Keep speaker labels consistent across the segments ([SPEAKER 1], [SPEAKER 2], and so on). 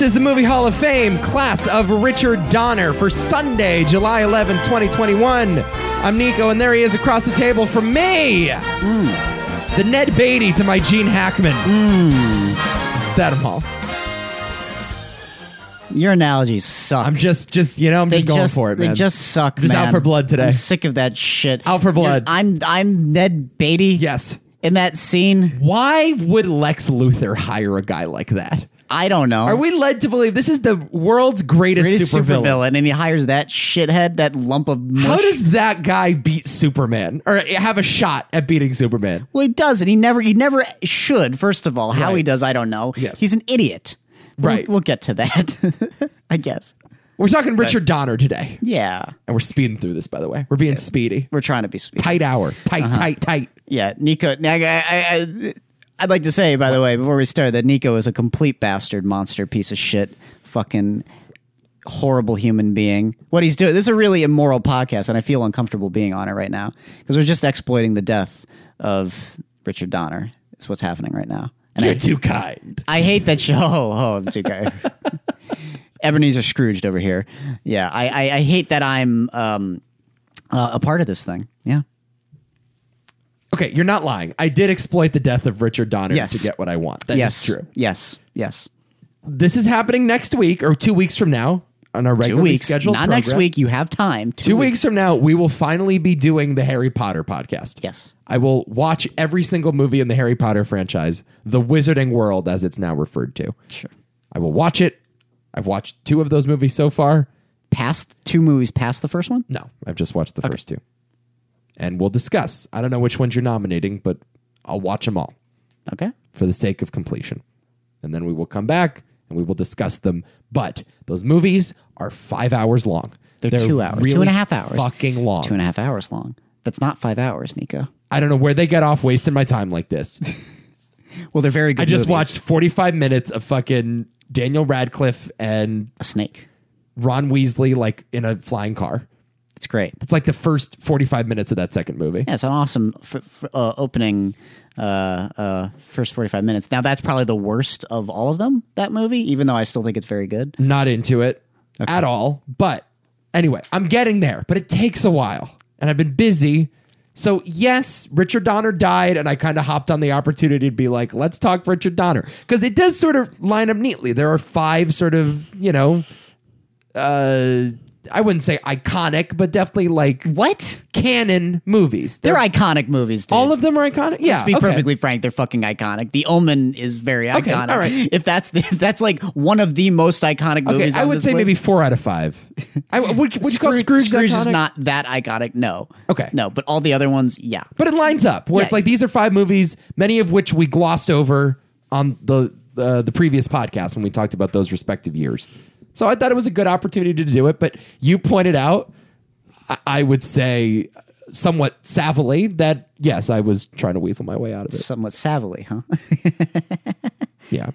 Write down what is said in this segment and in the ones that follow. [SPEAKER 1] is the Movie Hall of Fame class of Richard Donner for Sunday, July 11, 2021. I'm Nico, and there he is across the table from me. The Ned Beatty to my Gene Hackman. It's Adam Hall.
[SPEAKER 2] Your analogies suck.
[SPEAKER 1] I'm just, just you know, I'm
[SPEAKER 2] they
[SPEAKER 1] just going for it, man.
[SPEAKER 2] They just suck,
[SPEAKER 1] Just out
[SPEAKER 2] man.
[SPEAKER 1] for blood today.
[SPEAKER 2] I'm sick of that shit.
[SPEAKER 1] Out for blood.
[SPEAKER 2] You're- I'm I'm Ned Beatty.
[SPEAKER 1] yes.
[SPEAKER 2] In that scene,
[SPEAKER 1] Why would Lex Luthor hire a guy like that?
[SPEAKER 2] I don't know.
[SPEAKER 1] Are we led to believe this is the world's greatest,
[SPEAKER 2] Greatest
[SPEAKER 1] supervillain?
[SPEAKER 2] supervillain, and he hires that shithead, that lump of mush.
[SPEAKER 1] How does that guy beat Superman or have a shot at beating Superman?
[SPEAKER 2] Well, he doesn't. He never. He never should. First of all, how
[SPEAKER 1] Right.
[SPEAKER 2] he does, I don't know.
[SPEAKER 1] Yes.
[SPEAKER 2] He's an idiot. But
[SPEAKER 1] Right.
[SPEAKER 2] We'll, we'll get to that, I guess.
[SPEAKER 1] We're talking Richard Donner today,
[SPEAKER 2] Yeah,
[SPEAKER 1] and we're speeding through this. By the way, we're being speedy.
[SPEAKER 2] we're trying to be sweet.
[SPEAKER 1] Tight hour, tight,
[SPEAKER 2] Uh-huh.
[SPEAKER 1] tight, tight.
[SPEAKER 2] Yeah, Nico. now, I, I, I, I'd like to say, by the way, before we start, that Nico is a complete bastard, monster, piece of shit, fucking horrible human being. What he's doing, this is a really immoral podcast, and I feel uncomfortable being on it right now because we're just exploiting the death of Richard Donner. Is what's happening right now. And
[SPEAKER 1] You're
[SPEAKER 2] I,
[SPEAKER 1] too kind.
[SPEAKER 2] I hate that show. Oh, oh I'm too gay. Ebenezer Scrooged over here. Yeah, I, I, I hate that I'm um, uh, a part of this thing. Yeah.
[SPEAKER 1] Okay, you're not lying. I did exploit the death of Richard Donner
[SPEAKER 2] Yes.
[SPEAKER 1] to get what I want. That is
[SPEAKER 2] yes.
[SPEAKER 1] true.
[SPEAKER 2] Yes. Yes.
[SPEAKER 1] This is happening next week or two weeks from now on our
[SPEAKER 2] Two
[SPEAKER 1] regularly
[SPEAKER 2] weeks. Not
[SPEAKER 1] scheduled. program.
[SPEAKER 2] next week. You have time.
[SPEAKER 1] Two weeks from now, we will finally be doing the Harry Potter podcast.
[SPEAKER 2] Yes.
[SPEAKER 1] I will watch every single movie in the Harry Potter franchise, The Wizarding World, as it's now referred to.
[SPEAKER 2] Sure.
[SPEAKER 1] I will watch it. I've watched two of those movies so far.
[SPEAKER 2] Past two movies past the first one?
[SPEAKER 1] No, I've just watched the first two. And we'll discuss. I don't know which ones you're nominating, but I'll watch them all
[SPEAKER 2] Okay.
[SPEAKER 1] for the sake of completion. And then we will come back and we will discuss them. But those movies are five hours long.
[SPEAKER 2] They're, two hours. two
[SPEAKER 1] really
[SPEAKER 2] and a half hours.
[SPEAKER 1] Fucking long.
[SPEAKER 2] Two and a half hours long. That's not five hours, Nico.
[SPEAKER 1] I don't know where they get off wasting my time like this.
[SPEAKER 2] Well, they're very good.
[SPEAKER 1] I just
[SPEAKER 2] movies.
[SPEAKER 1] watched 45 minutes of fucking Daniel Radcliffe and
[SPEAKER 2] A Snake.
[SPEAKER 1] Ron Weasley like in a flying car.
[SPEAKER 2] It's great.
[SPEAKER 1] It's like the first 45 minutes of that second movie.
[SPEAKER 2] Yeah, it's an awesome f- f- uh, opening uh, uh, first 45 minutes. Now, that's probably the worst of all of them, that movie, even though I still think it's very good.
[SPEAKER 1] Not into it at all. But anyway, I'm getting there, but it takes a while and I've been busy. So, yes, Richard Donner died, and I kind of hopped on the opportunity to be like, let's talk Richard Donner. Because it does sort of line up neatly. There are five sort of, you know, uh, I wouldn't say iconic, but definitely like
[SPEAKER 2] What?
[SPEAKER 1] canon movies.
[SPEAKER 2] They're iconic movies, dude.
[SPEAKER 1] all of them are iconic. Yeah,
[SPEAKER 2] to be
[SPEAKER 1] okay.
[SPEAKER 2] perfectly frank, they're fucking iconic. The Omen is very iconic.
[SPEAKER 1] all right.
[SPEAKER 2] If that's the, that's like one of the most iconic
[SPEAKER 1] Okay,
[SPEAKER 2] movies.
[SPEAKER 1] I
[SPEAKER 2] on
[SPEAKER 1] would
[SPEAKER 2] this
[SPEAKER 1] say
[SPEAKER 2] list.
[SPEAKER 1] maybe four out of five. I would, would you call
[SPEAKER 2] Scrooge,
[SPEAKER 1] Scrooge,
[SPEAKER 2] Scrooge is
[SPEAKER 1] iconic?
[SPEAKER 2] not that iconic. No.
[SPEAKER 1] Okay.
[SPEAKER 2] No, but all the other ones, yeah.
[SPEAKER 1] but it lines up where it's
[SPEAKER 2] Yeah.
[SPEAKER 1] like these are five movies, many of which we glossed over on the uh, the previous podcast when we talked about those respective years. So I thought it was a good opportunity to do it, but you pointed out, I, I would say somewhat savvily that yes, I was trying to weasel my way out of it.
[SPEAKER 2] Somewhat savvily, huh?
[SPEAKER 1] Yeah.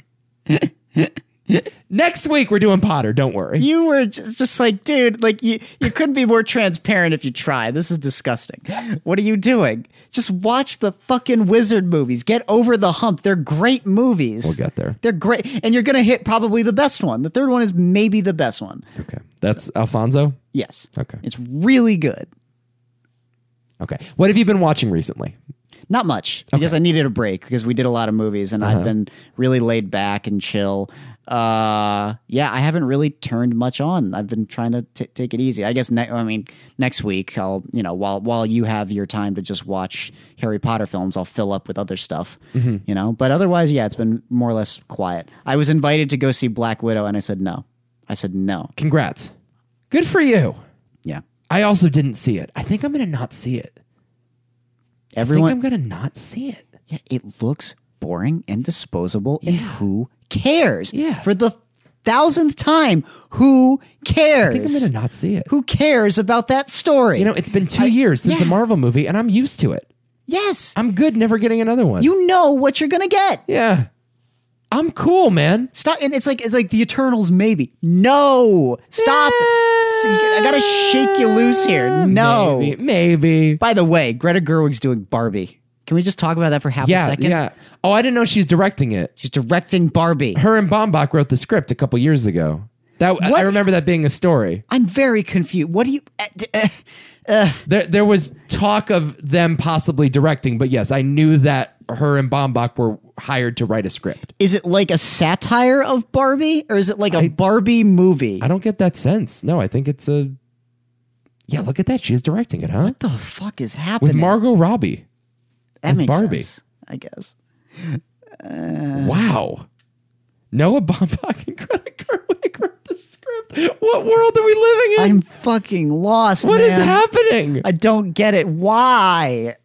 [SPEAKER 1] Next week we're doing Potter. Don't worry.
[SPEAKER 2] You were just, just like, dude, like you, you couldn't be more transparent if you tried. This is disgusting. What are you doing? Just watch the fucking wizard movies. Get over the hump. They're great movies.
[SPEAKER 1] We'll get there.
[SPEAKER 2] They're great. And you're going to hit probably the best one. The third one is maybe the best one.
[SPEAKER 1] Okay, that's Alfonso.
[SPEAKER 2] Yes.
[SPEAKER 1] Okay.
[SPEAKER 2] It's really good.
[SPEAKER 1] Okay. What have you been watching recently?
[SPEAKER 2] Not much because I needed a break because we did a lot of movies and I've been really laid back and chill. Uh, yeah, I haven't really turned much on. I've been trying to t- take it easy. I guess ne- I mean next week I'll you know while while you have your time to just watch Harry Potter films, I'll fill up with other stuff. You know, but otherwise, yeah, it's been more or less quiet. I was invited to go see Black Widow and I said no. I said no.
[SPEAKER 1] Congrats. Good for you.
[SPEAKER 2] Yeah,
[SPEAKER 1] I also didn't see it. I think I'm going to not see it. I think
[SPEAKER 2] everyone.
[SPEAKER 1] I'm going to not see it.
[SPEAKER 2] Yeah, it looks boring and disposable, and who cares?
[SPEAKER 1] Yeah.
[SPEAKER 2] For the thousandth time, who cares?
[SPEAKER 1] I think I'm going to not see it.
[SPEAKER 2] who cares about that story?
[SPEAKER 1] You know, it's been two years since a
[SPEAKER 2] yeah.
[SPEAKER 1] Marvel movie, and I'm used to it.
[SPEAKER 2] yes,
[SPEAKER 1] I'm good never getting another one.
[SPEAKER 2] you know what you're gonna get.
[SPEAKER 1] yeah. I'm cool, man.
[SPEAKER 2] Stop, and it's like it's like the Eternals, maybe. No, stop. S- I gotta shake you loose here. No.
[SPEAKER 1] Maybe. Maybe.
[SPEAKER 2] By the way, Greta Gerwig's doing Barbie. Can we just talk about that for half
[SPEAKER 1] Yeah,
[SPEAKER 2] a second?
[SPEAKER 1] yeah. Oh, I didn't know she's directing it.
[SPEAKER 2] She's directing Barbie.
[SPEAKER 1] Her and Bombach wrote the script a couple years ago. That I
[SPEAKER 2] What?
[SPEAKER 1] remember that being a story.
[SPEAKER 2] I'm very confused. What do you? Uh, d- uh,
[SPEAKER 1] There, there was talk of them possibly directing, but yes, I knew that her and Bombach were hired to write a script.
[SPEAKER 2] is it like a satire of Barbie, or is it like a Barbie movie?
[SPEAKER 1] I don't get that sense. No, I think it's a. Yeah, look at that. She's directing it, huh?
[SPEAKER 2] what the fuck is
[SPEAKER 1] With
[SPEAKER 2] happening?
[SPEAKER 1] Margot Robbie.
[SPEAKER 2] that
[SPEAKER 1] as
[SPEAKER 2] makes
[SPEAKER 1] Barbie.
[SPEAKER 2] sense, I guess. Uh.
[SPEAKER 1] Wow. Noah Baumbach and Greta Gerwig wrote the script. What world are we living in?
[SPEAKER 2] I'm fucking lost.
[SPEAKER 1] What is
[SPEAKER 2] man.
[SPEAKER 1] happening?
[SPEAKER 2] I don't get it. Why?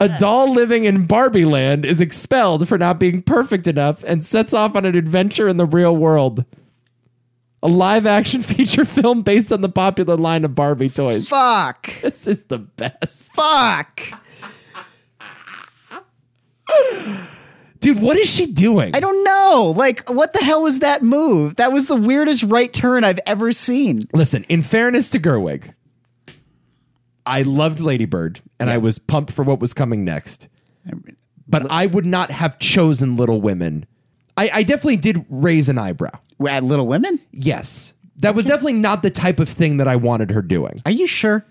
[SPEAKER 1] A doll living in Barbie land is expelled for not being perfect enough and sets off on an adventure in the real world. A live action feature film based on the popular line of Barbie toys.
[SPEAKER 2] Fuck.
[SPEAKER 1] This is the best.
[SPEAKER 2] Fuck.
[SPEAKER 1] Dude, what is she doing?
[SPEAKER 2] I don't know. Like, what the hell was that move? That was the weirdest right turn I've ever seen.
[SPEAKER 1] Listen, in fairness to Gerwig, I loved Lady Bird and I was pumped for what was coming next. But I would not have chosen Little Women. I, I definitely did raise an eyebrow.
[SPEAKER 2] At Little Women?
[SPEAKER 1] Yes. That was definitely not the type of thing that I wanted her doing.
[SPEAKER 2] Are you sure?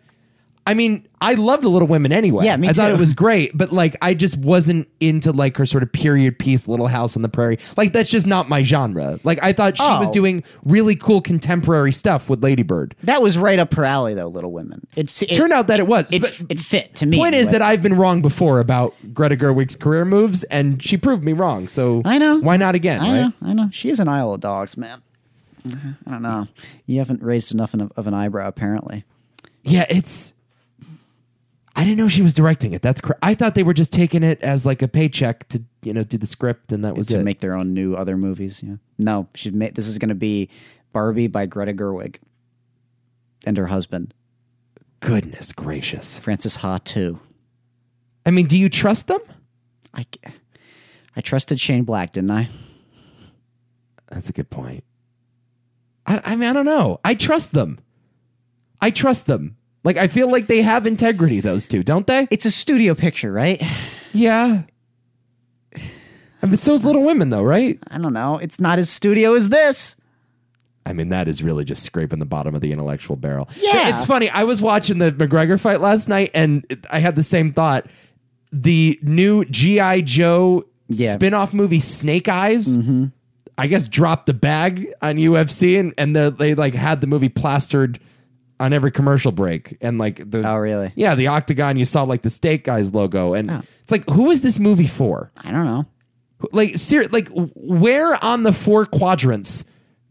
[SPEAKER 1] I mean, I loved Little Women anyway.
[SPEAKER 2] Yeah, me
[SPEAKER 1] I thought
[SPEAKER 2] too.
[SPEAKER 1] it was great, but like I just wasn't into like her sort of period piece Little House on the Prairie. Like that's just not my genre. Like I thought she was
[SPEAKER 2] Oh.
[SPEAKER 1] doing really cool contemporary stuff with Lady Bird.
[SPEAKER 2] That was right up her alley, though. Little Women. It's it,
[SPEAKER 1] Turned out that it was.
[SPEAKER 2] it,
[SPEAKER 1] But-
[SPEAKER 2] it fit to me.
[SPEAKER 1] point is
[SPEAKER 2] anyway.
[SPEAKER 1] that I've been wrong before about Greta Gerwig's career moves, and she proved me wrong. So
[SPEAKER 2] I know.
[SPEAKER 1] why not again,
[SPEAKER 2] I
[SPEAKER 1] right?
[SPEAKER 2] know. I know. She is an Isle of Dogs, man. I don't know. You haven't raised enough an- of an eyebrow, apparently.
[SPEAKER 1] Yeah, it's. I didn't know she was directing it. That's cra- I thought they were just taking it as like a paycheck to you know do the script, and that was
[SPEAKER 2] to
[SPEAKER 1] it.
[SPEAKER 2] make their own new other movies. Yeah. No, she's made this is going to be Barbie by Greta Gerwig and her husband
[SPEAKER 1] Goodness gracious!
[SPEAKER 2] Francis Ha too.
[SPEAKER 1] I mean, do you trust them?
[SPEAKER 2] I, I trusted Shane Black, didn't I?
[SPEAKER 1] That's a good point. I, I mean, I don't know. I trust them. I trust them. Like I feel like they have integrity. Those two, don't they?
[SPEAKER 2] It's a studio picture, right?
[SPEAKER 1] Yeah. I mean, so's Little Women, though, right?
[SPEAKER 2] I don't know. It's not as studio as this.
[SPEAKER 1] I mean, that is really just scraping the bottom of the intellectual barrel.
[SPEAKER 2] Yeah.
[SPEAKER 1] It's funny. I was watching the McGregor fight last night and I had the same thought. The new G.I. Joe
[SPEAKER 2] Yeah. Mm-hmm.
[SPEAKER 1] spin off movie, Snake Eyes, I guess dropped the bag on UFC and, and the, they like had the movie plastered on every commercial break. And like the.
[SPEAKER 2] Oh, really?
[SPEAKER 1] Yeah, the Octagon, you saw like the Snake Eyes logo. And
[SPEAKER 2] Oh.
[SPEAKER 1] it's like, who is this movie for?
[SPEAKER 2] I don't know.
[SPEAKER 1] like ser- like w- where on the four quadrants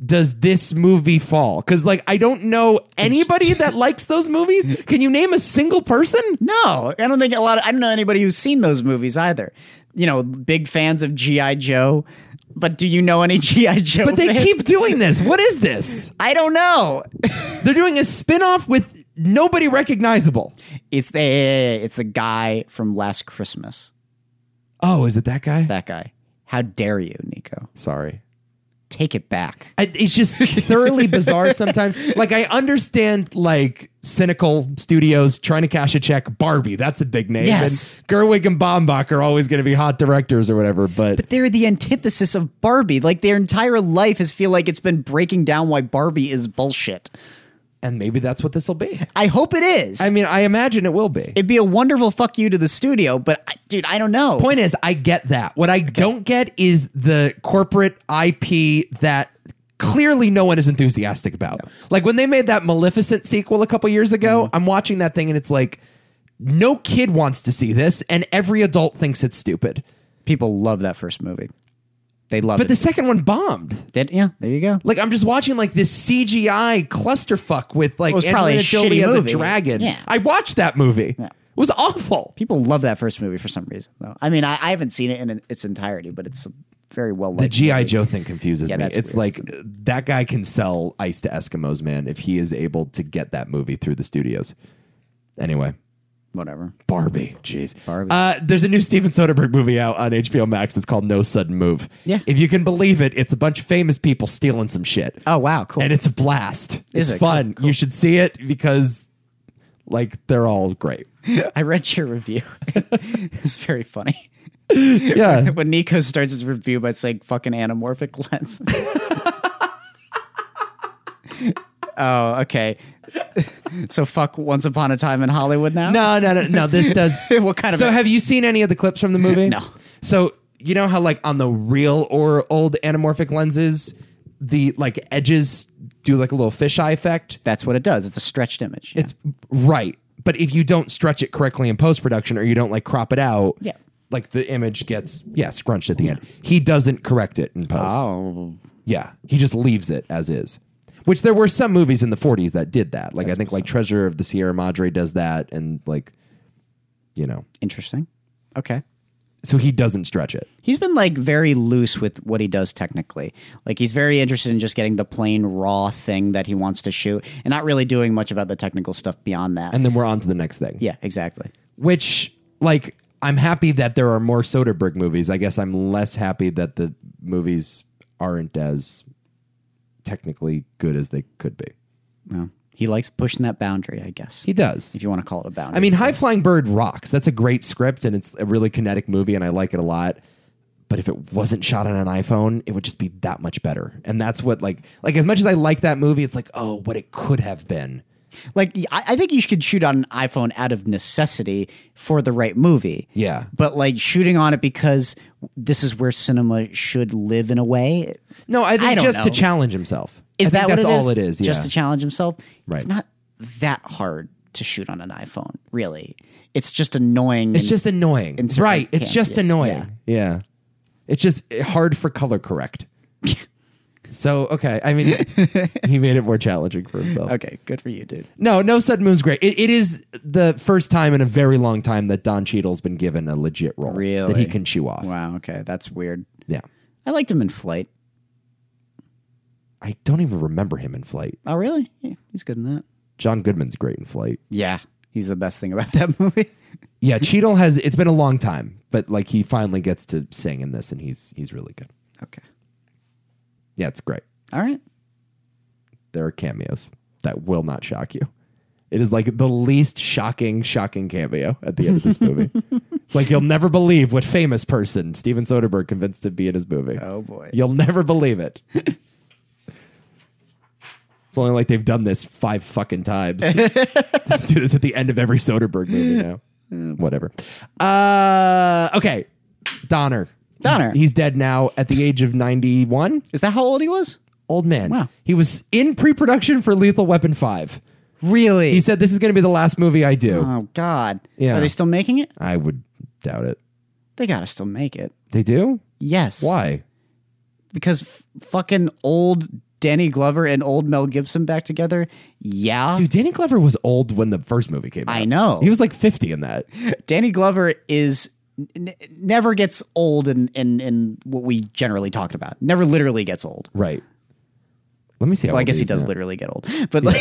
[SPEAKER 1] does this movie fall because like i don't know anybody that likes those movies can you name a single person
[SPEAKER 2] No, I don't think a lot. Of, I don't know anybody who's seen those movies either. You know, big fans of GI Joe, but do you know any GI Joe?
[SPEAKER 1] but they
[SPEAKER 2] fans?
[SPEAKER 1] keep doing this what is this
[SPEAKER 2] I don't know.
[SPEAKER 1] they're doing a spin-off with nobody recognizable
[SPEAKER 2] It's the it's the guy from Last Christmas.
[SPEAKER 1] oh is it that guy
[SPEAKER 2] That guy. How dare you, Nico?
[SPEAKER 1] sorry
[SPEAKER 2] Take it back.
[SPEAKER 1] I, it's just thoroughly bizarre sometimes. Like I understand like cynical studios trying to cash a check. Barbie, that's a big name.
[SPEAKER 2] Yes.
[SPEAKER 1] And Gerwig and Bombach are always going to be hot directors or whatever. But
[SPEAKER 2] They're the antithesis of Barbie. Like their entire life has feel like it's been breaking down why Barbie is bullshit.
[SPEAKER 1] and maybe that's what this will be.
[SPEAKER 2] I hope it is.
[SPEAKER 1] I mean, I imagine it will be.
[SPEAKER 2] It'd be a wonderful fuck you to the studio, but I, dude, I don't know.
[SPEAKER 1] Point is, I get that. What I don't get is the corporate IP that clearly no one is enthusiastic about. Like when they made that Maleficent sequel a couple years ago, I'm watching that thing and it's like, no kid wants to see this, and every adult thinks it's stupid.
[SPEAKER 2] People love that first movie. They love
[SPEAKER 1] But
[SPEAKER 2] it.
[SPEAKER 1] the second one bombed.
[SPEAKER 2] Did- yeah, there you go.
[SPEAKER 1] Like I'm just watching like this CGI clusterfuck with like
[SPEAKER 2] It was probably
[SPEAKER 1] Angelina
[SPEAKER 2] a
[SPEAKER 1] Jolie
[SPEAKER 2] shitty
[SPEAKER 1] as
[SPEAKER 2] movie.
[SPEAKER 1] a dragon.
[SPEAKER 2] Yeah.
[SPEAKER 1] I watched that movie. It was awful.
[SPEAKER 2] People love that first movie for some reason, though. I mean, I, I haven't seen it in its entirety, but it's a very well
[SPEAKER 1] The
[SPEAKER 2] liked.
[SPEAKER 1] GI Joe thing confuses me.
[SPEAKER 2] that's
[SPEAKER 1] It's
[SPEAKER 2] weird,
[SPEAKER 1] like uh, that guy can sell ice to Eskimos, man, if he is able to get that movie through the studios. Anyway,
[SPEAKER 2] whatever.
[SPEAKER 1] Barbie, jeez,
[SPEAKER 2] Barbie.
[SPEAKER 1] Uh, there's a new Steven Soderbergh movie out on HBO Max. It's called No Sudden Move.
[SPEAKER 2] Yeah.
[SPEAKER 1] if you can believe it, it's a bunch of famous people stealing some shit,
[SPEAKER 2] Oh wow, cool.
[SPEAKER 1] and it's a blast. it's
[SPEAKER 2] Is it? Cool,
[SPEAKER 1] fun. You should see it because Like they're all great.
[SPEAKER 2] I read your review. it's very funny.
[SPEAKER 1] Yeah.
[SPEAKER 2] When Nico starts his review by saying fucking anamorphic lens. oh, okay. so fuck Once Upon a Time in Hollywood now?
[SPEAKER 1] No, no, no, no. This does.
[SPEAKER 2] what kind of
[SPEAKER 1] so have you seen any of the clips from the movie?
[SPEAKER 2] No.
[SPEAKER 1] So you know how like on the real or old anamorphic lenses, the like edges do like a little fisheye effect.
[SPEAKER 2] That's what it does. It's a stretched image.
[SPEAKER 1] It's right, but if you don't stretch it correctly in post production or you don't like crop it out,
[SPEAKER 2] Yeah.
[SPEAKER 1] like the image gets yeah scrunched at the end. He doesn't correct it in post.
[SPEAKER 2] oh.
[SPEAKER 1] Yeah, he just leaves it as is. Which there were some movies in the 40s that did that. Like I think like Treasure of the Sierra Madre does that, and like you know,
[SPEAKER 2] Interesting. Okay.
[SPEAKER 1] so he doesn't stretch it.
[SPEAKER 2] He's been like very loose with what he does technically. Like he's very interested in just getting the plain raw thing that he wants to shoot and not really doing much about the technical stuff beyond that.
[SPEAKER 1] And then we're on to the next thing.
[SPEAKER 2] yeah, exactly.
[SPEAKER 1] Which like I'm happy that there are more Soderbergh movies. I guess I'm less happy that the movies aren't as technically good as they could be.
[SPEAKER 2] Well, he likes pushing that boundary, I guess.
[SPEAKER 1] He does.
[SPEAKER 2] if you want to call it a boundary.
[SPEAKER 1] I mean, High Flying Bird rocks. That's a great script and it's a really kinetic movie and I like it a lot. But if it wasn't shot on an iPhone, it would just be that much better. And that's what like like as much as I like that movie, it's like, oh, what it could have been.
[SPEAKER 2] like I, I think you should shoot on an iPhone out of necessity for the right movie.
[SPEAKER 1] Yeah.
[SPEAKER 2] But like shooting on it because this is where cinema should live in a way.
[SPEAKER 1] No, I think
[SPEAKER 2] I don't
[SPEAKER 1] just to
[SPEAKER 2] know.
[SPEAKER 1] challenge himself.
[SPEAKER 2] Is
[SPEAKER 1] I think
[SPEAKER 2] that
[SPEAKER 1] that's
[SPEAKER 2] what
[SPEAKER 1] all it is? Yeah.
[SPEAKER 2] Just to challenge himself.
[SPEAKER 1] Right.
[SPEAKER 2] It's not that hard to shoot on an iPhone, really. It's just annoying.
[SPEAKER 1] it's just annoying.
[SPEAKER 2] certain
[SPEAKER 1] Right. It's
[SPEAKER 2] cans,
[SPEAKER 1] just
[SPEAKER 2] yeah.
[SPEAKER 1] annoying. Yeah. It's just hard for color correct. so okay. I mean he made it more challenging for himself.
[SPEAKER 2] okay. Good for you, dude.
[SPEAKER 1] No, no sudden move's great. It, it is the first time in a very long time that Don Cheadle's been given a legit role that
[SPEAKER 2] Really?
[SPEAKER 1] he can chew off.
[SPEAKER 2] Wow. Okay, that's weird.
[SPEAKER 1] Yeah,
[SPEAKER 2] I liked him in Flight.
[SPEAKER 1] I don't even remember him in Flight.
[SPEAKER 2] Oh, really? Yeah, he's good in that.
[SPEAKER 1] John Goodman's great in Flight.
[SPEAKER 2] Yeah, he's the best thing about that movie.
[SPEAKER 1] Yeah, Cheadle has. It's been a long time, but like he finally gets to sing in this, and he's he's really good.
[SPEAKER 2] okay.
[SPEAKER 1] Yeah, it's great.
[SPEAKER 2] All right.
[SPEAKER 1] There are cameos that will not shock you. It is like the least shocking, shocking cameo at the end of this movie. it's like you'll never believe what famous person Steven Soderbergh convinced to be in his movie.
[SPEAKER 2] Oh boy.
[SPEAKER 1] You'll never believe it. it's only like they've done this five fucking times. Do this at the end of every Soderbergh movie now. Whatever. Uh, okay. Donner.
[SPEAKER 2] Donner.
[SPEAKER 1] He's, he's dead now at the age of 91.
[SPEAKER 2] Is that how old he was?
[SPEAKER 1] Old man.
[SPEAKER 2] Wow.
[SPEAKER 1] He was in pre production for Lethal Weapon 5.
[SPEAKER 2] Really?
[SPEAKER 1] He said, This is going to be the last movie I do.
[SPEAKER 2] oh God.
[SPEAKER 1] Yeah.
[SPEAKER 2] Are they still making it?
[SPEAKER 1] I would doubt it.
[SPEAKER 2] They gotta still make it.
[SPEAKER 1] They do?
[SPEAKER 2] Yes.
[SPEAKER 1] Why?
[SPEAKER 2] Because f- fucking old Danny Glover and old Mel Gibson back together. Yeah.
[SPEAKER 1] Dude, Danny Glover was old when the first movie came out.
[SPEAKER 2] I know.
[SPEAKER 1] He was like 50 in that.
[SPEAKER 2] Danny Glover is n- never gets old in, in in what we generally talked about. Never literally gets old.
[SPEAKER 1] Right. Let me see. How
[SPEAKER 2] Well, I
[SPEAKER 1] old
[SPEAKER 2] guess
[SPEAKER 1] he
[SPEAKER 2] he
[SPEAKER 1] is
[SPEAKER 2] does
[SPEAKER 1] now.
[SPEAKER 2] literally get old, but like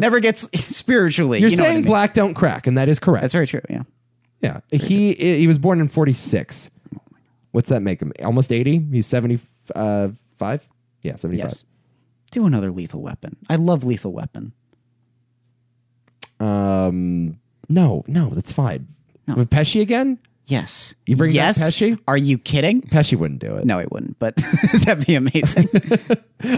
[SPEAKER 2] never gets spiritually.
[SPEAKER 1] You're
[SPEAKER 2] you know what I
[SPEAKER 1] saying
[SPEAKER 2] mean?
[SPEAKER 1] black don't crack, and that is correct.
[SPEAKER 2] That's very true. Yeah.
[SPEAKER 1] yeah. He he was born in 46. What's that make him? Almost 80. He's 75. yeah, 75.
[SPEAKER 2] Yes. Do another Lethal Weapon. I love Lethal Weapon.
[SPEAKER 1] Um. No, no, that's fine. With Pesci again,
[SPEAKER 2] Yes.
[SPEAKER 1] You bring back
[SPEAKER 2] yes.
[SPEAKER 1] Pesci?
[SPEAKER 2] Are you kidding?
[SPEAKER 1] Pesci wouldn't do it.
[SPEAKER 2] No, it wouldn't, but that'd be amazing.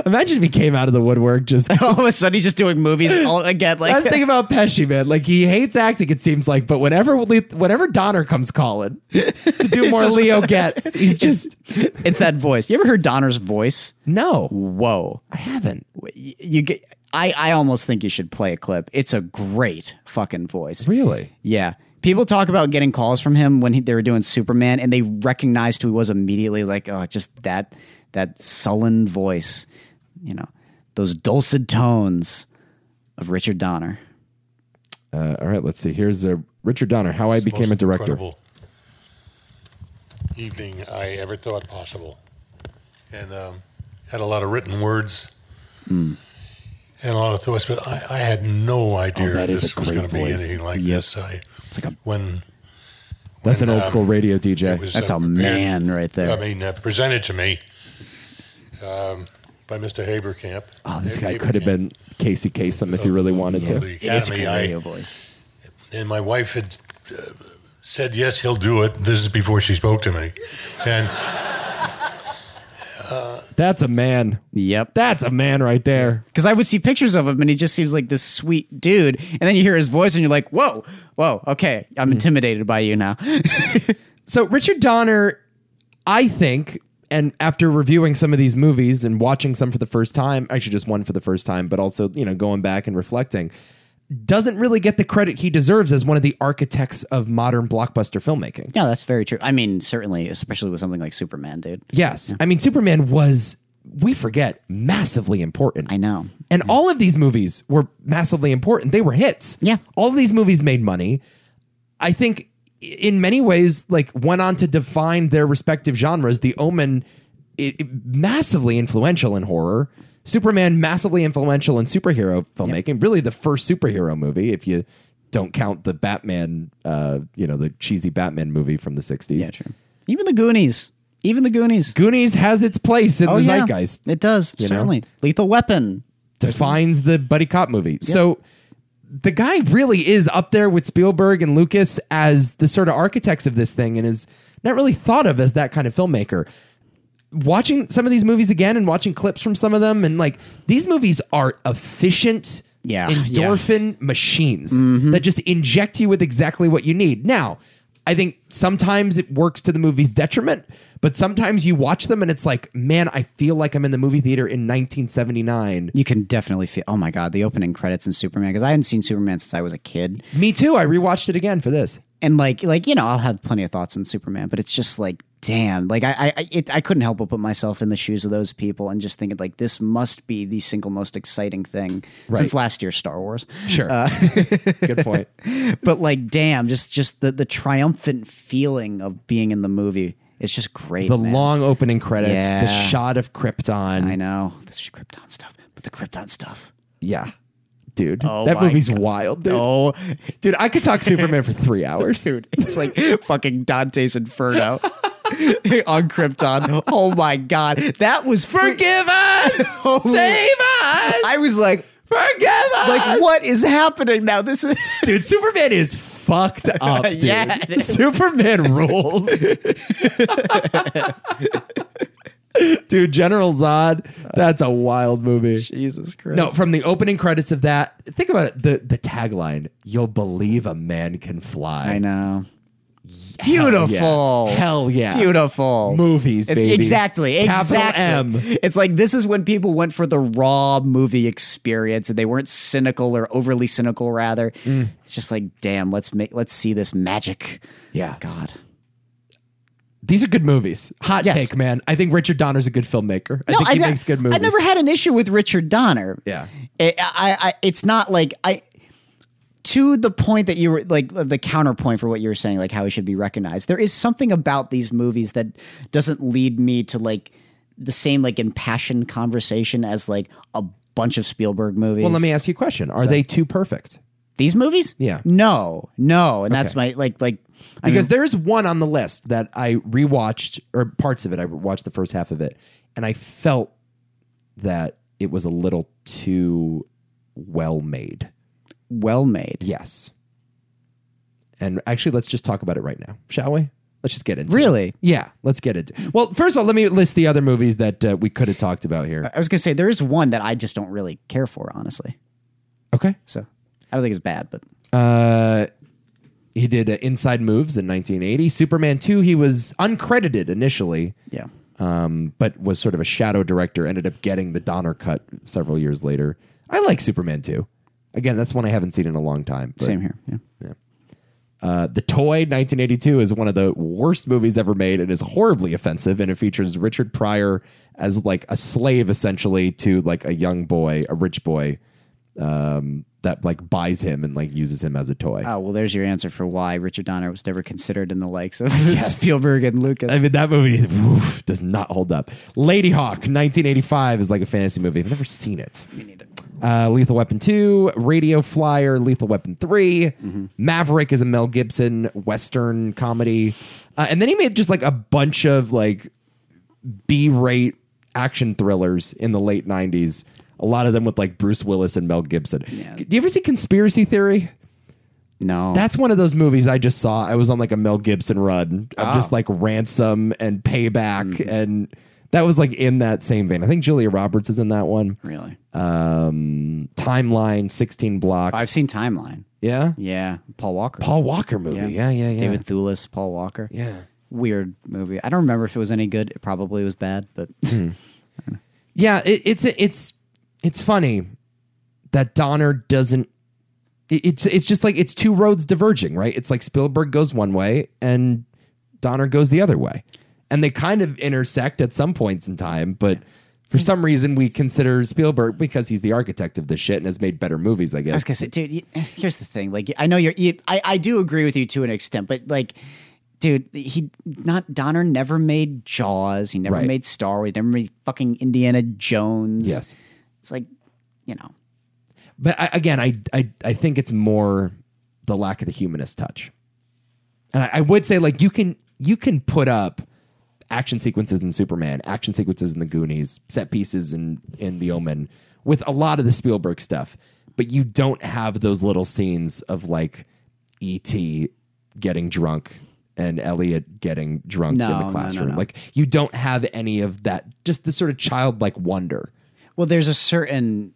[SPEAKER 1] Imagine if he came out of the woodwork. Just I
[SPEAKER 2] all of a sudden, he's just doing movies all again. Like,
[SPEAKER 1] was thinking about Pesci, man. Like he hates acting. It seems like, but whenever whenever Donner comes calling to do more
[SPEAKER 2] just-
[SPEAKER 1] Leo gets, he's just
[SPEAKER 2] it's that voice. You ever heard Donner's voice?
[SPEAKER 1] no.
[SPEAKER 2] Whoa.
[SPEAKER 1] I haven't.
[SPEAKER 2] Y- You get. I, I almost think you should play a clip. It's a great fucking voice.
[SPEAKER 1] Really?
[SPEAKER 2] Yeah. People talk about getting calls from him when he, they were doing Superman, and they recognized who he was immediately. Like, oh, just that that sullen voice, you know, those dulcet tones of Richard Donner.
[SPEAKER 1] Uh, all right, let's see. Here's uh, Richard Donner, How I Became a
[SPEAKER 3] most
[SPEAKER 1] Director.
[SPEAKER 3] incredible evening I ever thought possible, and um, had a lot of written words
[SPEAKER 1] Hmm.
[SPEAKER 3] and a lot of thoughts, but I, I had no idea
[SPEAKER 1] Oh, that is
[SPEAKER 3] this
[SPEAKER 1] a
[SPEAKER 3] was
[SPEAKER 1] great
[SPEAKER 3] going to be
[SPEAKER 1] voice.
[SPEAKER 3] anything like
[SPEAKER 2] Yep.
[SPEAKER 3] this. I
[SPEAKER 2] It's like a
[SPEAKER 3] when
[SPEAKER 1] That's an
[SPEAKER 3] when,
[SPEAKER 1] old
[SPEAKER 3] um,
[SPEAKER 1] school radio DJ.
[SPEAKER 3] it was,
[SPEAKER 2] that's
[SPEAKER 3] uh,
[SPEAKER 2] a
[SPEAKER 3] prepared-
[SPEAKER 2] man right there.
[SPEAKER 3] I mean, uh, presented to me um, by Mr. Haberkamp.
[SPEAKER 1] oh, this guy could have been Casey Kasem if he really wanted to.
[SPEAKER 3] The
[SPEAKER 2] It is a
[SPEAKER 3] Academy,
[SPEAKER 2] great
[SPEAKER 3] I-
[SPEAKER 2] radio voice.
[SPEAKER 3] and my wife had uh, said, "Yes, he'll do it." This is before she spoke to me, and
[SPEAKER 1] That's a man.
[SPEAKER 2] Yep.
[SPEAKER 1] That's a man right there.
[SPEAKER 2] Because I would see pictures of him, and he just seems like this sweet dude. And then you hear his voice, and you're like, "Whoa, whoa, okay,
[SPEAKER 3] Hmm.
[SPEAKER 2] I'm intimidated by you now."
[SPEAKER 1] So Richard Donner, I think, and after reviewing some of these movies and watching some for the first time, actually just one for the first time, but also, you know, going back and reflecting, doesn't really get the credit he deserves as one of the architects of modern blockbuster filmmaking.
[SPEAKER 2] no, that's very true. I mean, certainly, especially with something like Superman, dude.
[SPEAKER 1] Yes. I mean, Superman was, we forget, massively important.
[SPEAKER 2] I know.
[SPEAKER 1] And all of these movies were massively important. They were hits.
[SPEAKER 2] Yeah.
[SPEAKER 1] All of these movies made money. I think in many ways, like went on to define their respective genres. The Omen, it, it- massively influential in horror. Superman, massively influential in superhero filmmaking. Really, the first superhero movie, if you don't count the Batman, uh, you know, the cheesy Batman movie from the '60s.
[SPEAKER 2] Yeah, true. Even the Goonies, even the Goonies.
[SPEAKER 1] Goonies has its place in the
[SPEAKER 2] Oh, yeah.
[SPEAKER 1] zeitgeist.
[SPEAKER 2] It does certainly. Lethal Weapon.
[SPEAKER 1] defines the buddy cop movie. So the guy really is up there with Spielberg and Lucas as the sort of architects of this thing and is not really thought of as that kind of filmmaker. Watching some of these movies again and watching clips from some of them and like these movies are efficient
[SPEAKER 2] Yeah, Mm-hmm.
[SPEAKER 1] endorphin machines that just inject you with exactly what you need. Now, I think sometimes it works to the movie's detriment, but sometimes you watch them and it's like, man, I feel like I'm in the movie theater in 1979
[SPEAKER 2] You can definitely feel. Oh my god, the opening credits in Superman because I hadn't seen Superman since I was a kid,
[SPEAKER 1] Me too. I rewatched it again for this.
[SPEAKER 2] and like, like you know, I'll have plenty of thoughts on Superman, but it's just like, damn, like I, I, I- it, I couldn't help but put myself in the shoes of those people and just thinking like, this must be the single most exciting thing since last year's Star Wars.
[SPEAKER 1] Sure. Uh, Good point.
[SPEAKER 2] but like, damn, just just the the triumphant feeling of being in the movie. It's just great.
[SPEAKER 1] The
[SPEAKER 2] man.
[SPEAKER 1] long opening credits, the
[SPEAKER 2] Yeah.
[SPEAKER 1] shot of Krypton.
[SPEAKER 2] I know this is Krypton stuff, but the Krypton stuff.
[SPEAKER 1] Yeah. Dude,
[SPEAKER 2] Oh
[SPEAKER 1] that
[SPEAKER 2] my
[SPEAKER 1] movie's wild, dude.
[SPEAKER 2] Oh,
[SPEAKER 1] Dude, I could talk Superman for three hours.
[SPEAKER 2] dude. It's like fucking Dante's Inferno on Krypton. Oh my god. That was freaking
[SPEAKER 1] Forgive us! Save us!
[SPEAKER 2] I was like,
[SPEAKER 1] Forgive us!
[SPEAKER 2] like what is happening now? This is
[SPEAKER 1] dude, Superman is fucked up, dude.
[SPEAKER 2] Yeah, it is.
[SPEAKER 1] Superman rules. dude, General Zod, that's a wild movie.
[SPEAKER 2] Jesus Christ.
[SPEAKER 1] No, from the opening credits of that, think about it, the the tagline, you'll believe a man can fly.
[SPEAKER 2] I know.
[SPEAKER 1] Hell
[SPEAKER 2] Beautiful.
[SPEAKER 1] yeah. Hell yeah.
[SPEAKER 2] Beautiful.
[SPEAKER 1] Movies,
[SPEAKER 2] It's
[SPEAKER 1] baby.
[SPEAKER 2] exactly,
[SPEAKER 1] Capital
[SPEAKER 2] exactly.
[SPEAKER 1] M.
[SPEAKER 2] It's like this is when people went for the raw movie experience, and they weren't cynical or overly cynical. Rather,
[SPEAKER 1] Mm.
[SPEAKER 2] it's just like, damn, let's make, let's see this magic.
[SPEAKER 1] Yeah.
[SPEAKER 2] God,
[SPEAKER 1] These are good movies. Hot
[SPEAKER 2] Yes.
[SPEAKER 1] take, man. I think Richard Donner's a good filmmaker. I think he
[SPEAKER 2] ne-
[SPEAKER 1] makes good movies.
[SPEAKER 2] I never had an issue with Richard Donner.
[SPEAKER 1] Yeah.
[SPEAKER 2] Eh, I, I, I, it's not like I. To the point that you were like the counterpoint for what you were saying, like how he should be recognized. There is something about these movies that doesn't lead me to like the same like impassioned conversation as like a bunch of Spielberg movies.
[SPEAKER 1] well, let me ask you a question. Are they too perfect?
[SPEAKER 2] These movies?
[SPEAKER 1] Yeah.
[SPEAKER 2] No, no, and that's my like like I
[SPEAKER 1] Because there is one on the list that I rewatched or parts of it. I watched the first half of it, and I felt that it was a little too well made.
[SPEAKER 2] mean, well made.
[SPEAKER 1] Yes. And actually, let's just talk about it right now, shall we? Let's just get into it.
[SPEAKER 2] Really?
[SPEAKER 1] Yeah, let's get into Well, first of all, let me list the other movies that uh, we could have talked about here.
[SPEAKER 2] I was gonna say there is one that I just don't really care for, honestly.
[SPEAKER 1] Okay.
[SPEAKER 2] So I don't think it's bad, but
[SPEAKER 1] He did uh, Inside Moves in 1980. Superman 2, he was uncredited initially,
[SPEAKER 2] yeah.
[SPEAKER 1] um, but was sort of a shadow director, ended up getting the Donner cut several years later. I like Superman 2. Again, that's one I haven't seen in a long time. but-
[SPEAKER 2] Same here. Yeah.
[SPEAKER 1] Uh, the Toy 1982 is one of the worst movies ever made and is horribly offensive. And it features Richard Pryor as like a slave, essentially, to like a young boy, a rich boy um, that like buys him and like uses him as a toy.
[SPEAKER 2] Oh well, there's your answer for why Richard Donner was never considered in the likes of Spielberg and Lucas.
[SPEAKER 1] I mean, that movie oof, does not hold up. Lady Hawk 1985 is like a fantasy movie. I've never seen it. Me neither. Uh, Lethal Weapon 2, Radio Flyer, Lethal Weapon 3. Maverick is a Mel Gibson Western comedy. Uh, and then he made just like a bunch of like B rate action thrillers in the late 90s. A lot of them with like Bruce Willis and Mel Gibson. Do you ever see Conspiracy Theory?
[SPEAKER 2] No.
[SPEAKER 1] That's one of those movies I just saw. I was on like a Mel Gibson run of just
[SPEAKER 2] Ah.
[SPEAKER 1] like ransom and payback,
[SPEAKER 2] Mm-hmm.
[SPEAKER 1] and that was like in that same vein. I think Julia Roberts is in that one.
[SPEAKER 2] really.
[SPEAKER 1] Um, timeline, sixteen blocks.
[SPEAKER 2] I've seen Timeline.
[SPEAKER 1] yeah,
[SPEAKER 2] Yeah, Paul Walker.
[SPEAKER 1] Paul Walker movie. Yeah, yeah, yeah.
[SPEAKER 2] David Thewlis, Paul Walker.
[SPEAKER 1] Yeah.
[SPEAKER 2] Weird movie. I don't remember if it was any good. It probably was bad, but
[SPEAKER 1] Hmm. Yeah, it, it's it's it's funny that Donner doesn't. it- It's it's just like it's two roads diverging, right? It's like Spielberg goes one way and Donner goes the other way, and they kind of intersect at some points in time. But for some reason, we consider Spielberg because he's the architect of this shit and has made better movies. I
[SPEAKER 2] I
[SPEAKER 1] guess
[SPEAKER 2] was gonna say, dude. You, here's the thing. Like, I know you're. You, I I do agree with you to an extent, but like, dude, he not Donner never made Jaws. He never
[SPEAKER 1] Right.
[SPEAKER 2] made Star Wars. He never made fucking Indiana Jones.
[SPEAKER 1] Yes.
[SPEAKER 2] it's like, you know,
[SPEAKER 1] but I, again, I, I I think it's more the lack of the humanist touch, and I, I would say like you can you can put up action sequences in Superman, action sequences in the Goonies, set pieces in in The Omen with a lot of the Spielberg stuff, but you don't have those little scenes of like E.T. getting drunk and Elliot getting drunk
[SPEAKER 2] No,
[SPEAKER 1] in
[SPEAKER 2] no,
[SPEAKER 1] the
[SPEAKER 2] no,
[SPEAKER 1] classroom.
[SPEAKER 2] no.
[SPEAKER 1] Like you don't have any of that, just the sort of childlike wonder.
[SPEAKER 2] well, there's a certain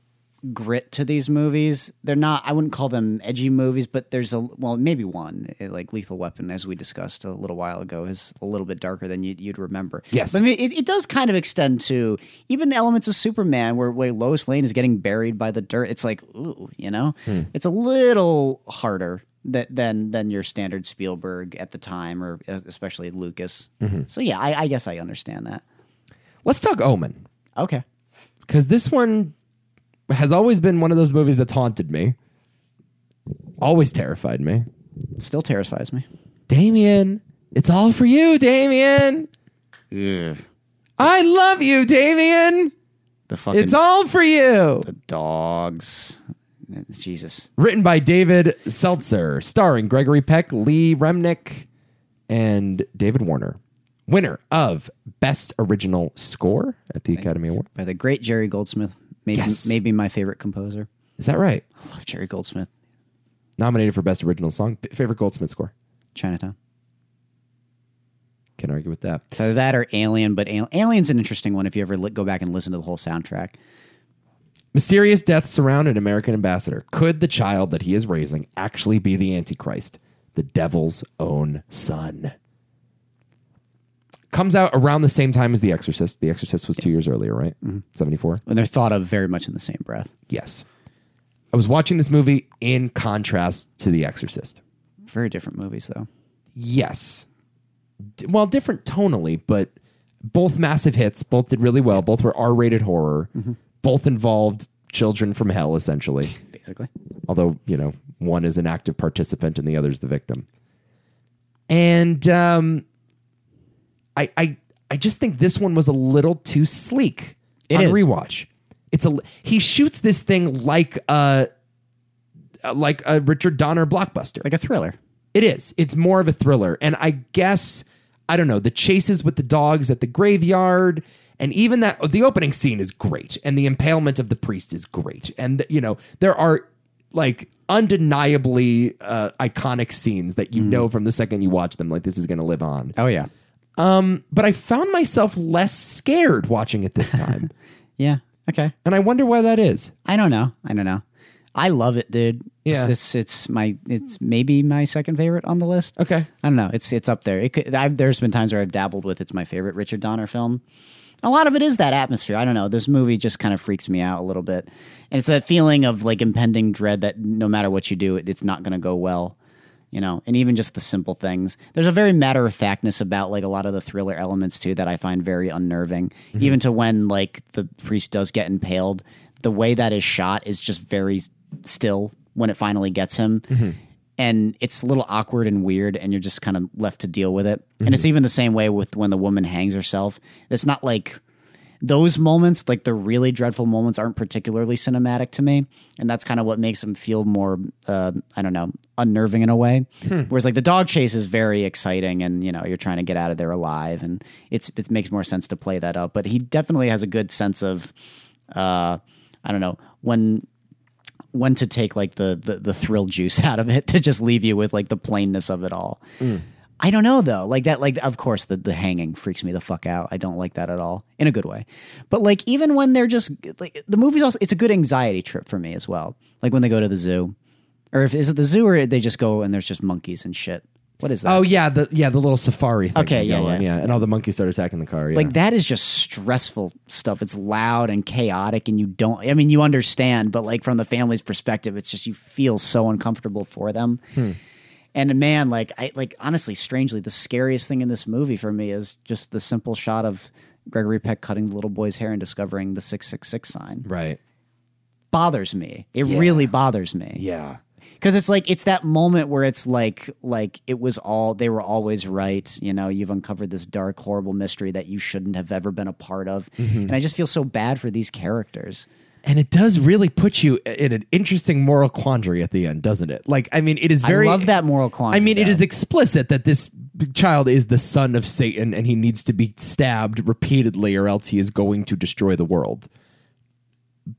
[SPEAKER 2] grit to these movies. They're not. I wouldn't call them edgy movies, but there's a well, maybe one eh, like Lethal Weapon, as we discussed a little while ago, is a little bit darker than you'd, you'd remember.
[SPEAKER 1] Yes.
[SPEAKER 2] but I mean, it, it does kind of extend to even elements of Superman, where, where Lois Lane is getting buried by the dirt. It's like, ooh, you know, it's a little harder. tha- Than than your standard Spielberg at the time, or es- especially Lucas. So yeah, I, I guess I understand that.
[SPEAKER 1] Let's talk Omen.
[SPEAKER 2] Okay,
[SPEAKER 1] because this one has always been one of those movies that's haunted me, always terrified me.
[SPEAKER 2] still terrifies me.
[SPEAKER 1] Damien, it's all for you, Damien. I love you, Damien.
[SPEAKER 2] The fucking
[SPEAKER 1] It's all for you.
[SPEAKER 2] dogs. Jesus.
[SPEAKER 1] Written by David Seltzer, starring Gregory Peck, Lee Remnick, and David Warner. Winner of Best Original Score at the Academy Awards.
[SPEAKER 2] By the great Jerry Goldsmith. Maybe,
[SPEAKER 1] Yes.
[SPEAKER 2] maybe my favorite composer.
[SPEAKER 1] Is that right?
[SPEAKER 2] I love Jerry Goldsmith.
[SPEAKER 1] Nominated for Best Original Song, favorite Goldsmith score.
[SPEAKER 2] Chinatown.
[SPEAKER 1] Can argue with that.
[SPEAKER 2] So that or Alien, but Al- Alien's an interesting one if you ever li- go back and listen to the whole soundtrack.
[SPEAKER 1] Mysterious death surround an American ambassador. Could the child that he is raising actually be the Antichrist, the devil's own son? Comes out around the same time as The Exorcist. The Exorcist was two years earlier, right? 74?
[SPEAKER 2] And they're thought of very much in the same breath.
[SPEAKER 1] Yes. I was watching this movie in contrast to The Exorcist.
[SPEAKER 2] Very different movies, though.
[SPEAKER 1] Yes. D- well, different tonally, but both massive hits. Both did really well. Both were R rated horror. Both involved children from hell, essentially.
[SPEAKER 2] Basically,
[SPEAKER 1] although you know one is an active participant and the other is the victim and um i i i just think this one was a little too sleek
[SPEAKER 2] It
[SPEAKER 1] on
[SPEAKER 2] is.
[SPEAKER 1] rewatch it's a he shoots this thing like a like a richard donner blockbuster
[SPEAKER 2] like a thriller.
[SPEAKER 1] it is. It's more of a thriller. And I guess, I don't know, the chases with the dogs at the graveyard and even that oh, the opening scene is great and the impalement of the priest is great. And you know, there are like undeniably uh, iconic scenes that
[SPEAKER 2] Mm.
[SPEAKER 1] you know from the second you watch them like this is going to live on.
[SPEAKER 2] Oh yeah,
[SPEAKER 1] But I found myself less scared watching it this time.
[SPEAKER 2] yeah. Okay,
[SPEAKER 1] and I wonder why that is.
[SPEAKER 2] I don't know. I don't know. I love it, dude.
[SPEAKER 1] Yeah.
[SPEAKER 2] it's, it's it's my it's maybe my second favorite on the list.
[SPEAKER 1] Okay.
[SPEAKER 2] I don't know. It's it's up there. It could, I've, there's been times where I've dabbled with. It's my favorite Richard Donner film. A lot of it is that atmosphere. I don't know. This movie just kind of freaks me out a little bit, and it's that feeling of like impending dread that no matter what you do, it, it's not going to go well. You know, and even just the simple things. There's a very matter of factness about like a lot of the thriller elements too that I find very unnerving. Even to when like the priest does get impaled, the way that is shot is just very s- still when it finally gets him and it's a little awkward and weird and you're just kind of left to deal with it and it's even the same way with when the woman hangs herself it's not like those moments like the really dreadful moments aren't particularly cinematic to me and that's kind of what makes them feel more uh, i don't know unnerving in a way whereas like the dog chase is very exciting and you know you're trying to get out of there alive and it's it makes more sense to play that up but he definitely has a good sense of uh, i don't know when when to take like the, the the thrill juice out of it to just leave you with like the plainness of it all. I don't know though. Like that, like of course the the hanging freaks me the fuck out. I don't like that at all in a good way. But like even when they're just like the movie's also it's a good anxiety trip for me as well. Like when they go to the zoo, or if is it the zoo or they just go and there's just monkeys and shit. What is that?
[SPEAKER 1] Oh yeah, the yeah the little safari. Thing
[SPEAKER 2] Okay,
[SPEAKER 1] they
[SPEAKER 2] yeah,
[SPEAKER 1] go on,
[SPEAKER 2] yeah.
[SPEAKER 1] and all the monkeys start attacking the car. Yeah.
[SPEAKER 2] Like that is just stressful stuff. It's loud and chaotic, and you don't. I mean, you understand, but like from the family's perspective, it's just you feel so uncomfortable for them. And man, like I like honestly, strangely, the scariest thing in this movie for me is just the simple shot of Gregory Peck cutting the little boy's hair and discovering the six six six sign.
[SPEAKER 1] right.
[SPEAKER 2] Bothers me. It really bothers me
[SPEAKER 1] Yeah.
[SPEAKER 2] because it's like it's that moment where it's like like it was all they were always right you know you've uncovered this dark horrible mystery that you shouldn't have ever been a part of
[SPEAKER 1] Mm-hmm.
[SPEAKER 2] and i just feel so bad for these characters
[SPEAKER 1] And it does really put you in an interesting moral quandary at the end, doesn't it? Like, I mean, it is very.
[SPEAKER 2] i love that moral quandary
[SPEAKER 1] I mean, it
[SPEAKER 2] though.
[SPEAKER 1] is explicit that this b- child is the son of Satan and he needs to be stabbed repeatedly or else he is going to destroy the world.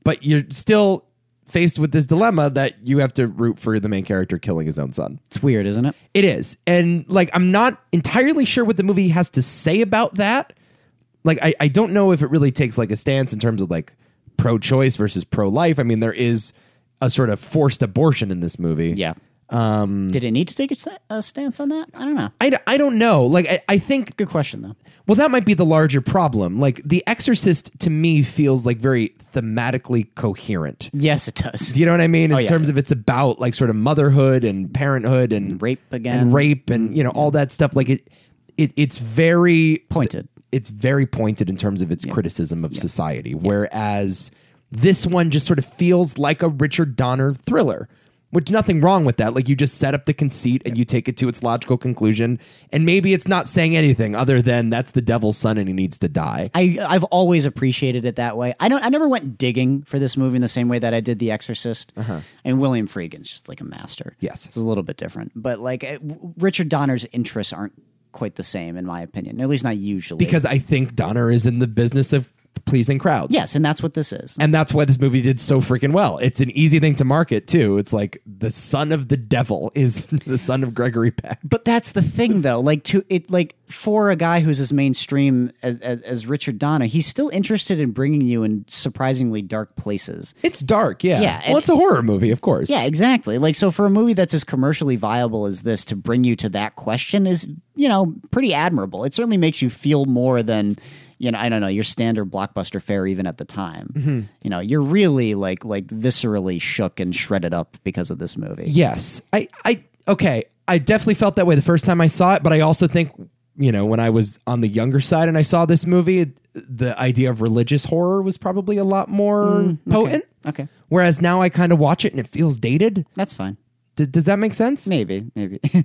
[SPEAKER 1] But you're still faced with this dilemma that you have to root for the main character killing his own son.
[SPEAKER 2] it's weird isn't it
[SPEAKER 1] It is. And like I'm not entirely sure what the movie has to say about that. Like I, I don't know if it really takes like a stance in terms of like pro choice versus pro life. I mean, there is a sort of forced abortion in this movie.
[SPEAKER 2] yeah um did it need to take a, sta- a stance on that i don't know
[SPEAKER 1] I, d- I don't know. Like I, I think
[SPEAKER 2] good question though
[SPEAKER 1] well that might be the larger problem. Like The Exorcist to me feels like very thematically coherent.
[SPEAKER 2] yes it does
[SPEAKER 1] Do you know what I mean? In
[SPEAKER 2] Oh, yeah.
[SPEAKER 1] terms of it's about like sort of motherhood and parenthood and
[SPEAKER 2] Rape again.
[SPEAKER 1] and rape and you know all that stuff. Like it, it it's very
[SPEAKER 2] Pointed.
[SPEAKER 1] It's very pointed in terms of its criticism of society. Whereas this one just sort of feels like a Richard Donner thriller. Which nothing wrong with that. Like you just set up the conceit and you take it to its logical conclusion, and maybe it's not saying anything other than that's the devil's son and he needs to die.
[SPEAKER 2] I I've always appreciated it that way. I don't. I never went digging for this movie in the same way that I did The Exorcist. And William Freakin's just like a master.
[SPEAKER 1] Yes.
[SPEAKER 2] it's a little bit different, but like it, Richard Donner's interests aren't quite the same, in my opinion. At least not usually.
[SPEAKER 1] Because I think Donner is in the business of pleasing crowds.
[SPEAKER 2] yes, and that's what this is.
[SPEAKER 1] And that's why this movie did so freaking well. It's an easy thing to market too. It's like the son of the devil is the son of Gregory Peck.
[SPEAKER 2] but that's the thing though like to it like for a guy who's as mainstream as, as, as richard donner he's still interested in bringing you in surprisingly dark places
[SPEAKER 1] It's dark, yeah.
[SPEAKER 2] Yeah,
[SPEAKER 1] Well,
[SPEAKER 2] and-
[SPEAKER 1] it's a horror movie, of course.
[SPEAKER 2] Yeah, exactly. Like so for a movie that's as commercially viable as this to bring you to that question is, you know, pretty admirable. It certainly makes you feel more than you know, I don't know, your standard blockbuster fare even at the time.
[SPEAKER 1] Mm-hmm.
[SPEAKER 2] You know, you're really like like viscerally shook and shredded up because of this movie.
[SPEAKER 1] Yes. I, I, okay. I definitely felt that way the first time I saw it, but I also think, you know, when I was on the younger side and I saw this movie, it- the idea of religious horror was probably a lot more potent.
[SPEAKER 2] Okay.
[SPEAKER 1] Whereas now I kind of watch it and it feels dated.
[SPEAKER 2] That's fine.
[SPEAKER 1] D- does that make sense?
[SPEAKER 2] Maybe, maybe.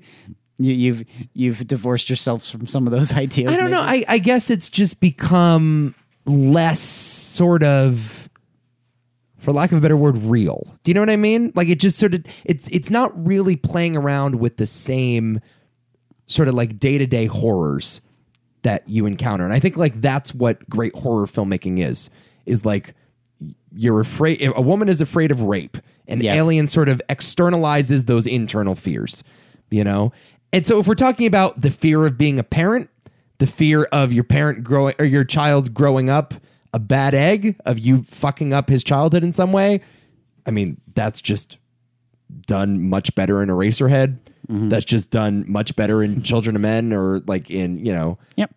[SPEAKER 2] you you've you've divorced yourself from some of those ideas.
[SPEAKER 1] I don't
[SPEAKER 2] maybe.
[SPEAKER 1] know. I, I guess it's just become less sort of for lack of a better word, real. Do you know what I mean? Like it just sort of it's it's not really playing around with the same sort of like day-to-day horrors that you encounter. And I think like that's what great horror filmmaking is. Is like you're afraid a woman is afraid of rape and
[SPEAKER 2] Yeah.
[SPEAKER 1] alien sort of externalizes those internal fears you know and so if we're talking about the fear of being a parent the fear of your parent growing or your child growing up a bad egg of you fucking up his childhood in some way i mean that's just done much better in eraserhead that's just done much better in children of men or like in you know
[SPEAKER 2] Yep.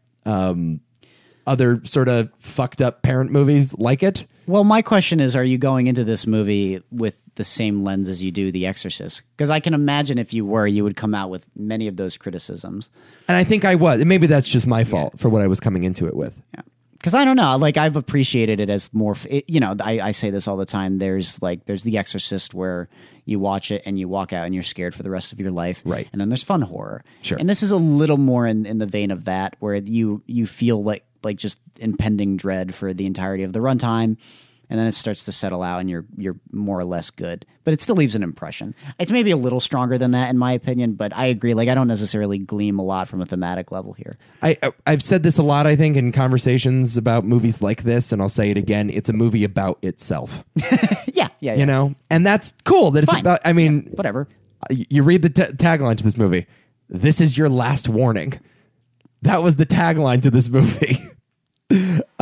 [SPEAKER 1] other sort of fucked up parent movies like it
[SPEAKER 2] Well, my question is are you going into this movie with the same lens as you do The Exorcist? Because I can imagine if you were, you would come out with many of those criticisms.
[SPEAKER 1] And I think I was. And maybe that's just my fault for what I was coming into it with.
[SPEAKER 2] Because I don't know, like I've appreciated it as more, f- it, you know, I, I say this all the time. There's like, there's The Exorcist where you watch it and you walk out and you're scared for the rest of your life.
[SPEAKER 1] Right.
[SPEAKER 2] And then there's fun horror.
[SPEAKER 1] Sure.
[SPEAKER 2] And this is a little more in, in the vein of that where you, you feel like, like just impending dread for the entirety of the runtime. and then it starts to settle out, and you're you're more or less good. But it still leaves an impression. It's maybe a little stronger than that, in my opinion. But I agree. Like I don't necessarily gleam a lot from a thematic level here.
[SPEAKER 1] I, I I've said this a lot, I think, in conversations about movies like this, and I'll say it again. It's a movie about itself,
[SPEAKER 2] Yeah, yeah, yeah.
[SPEAKER 1] you know, and that's cool. That it's,
[SPEAKER 2] fine.
[SPEAKER 1] about. I mean,
[SPEAKER 2] whatever.
[SPEAKER 1] y- you read the t- tagline to this movie. This is your last warning. That was the tagline to this movie. um,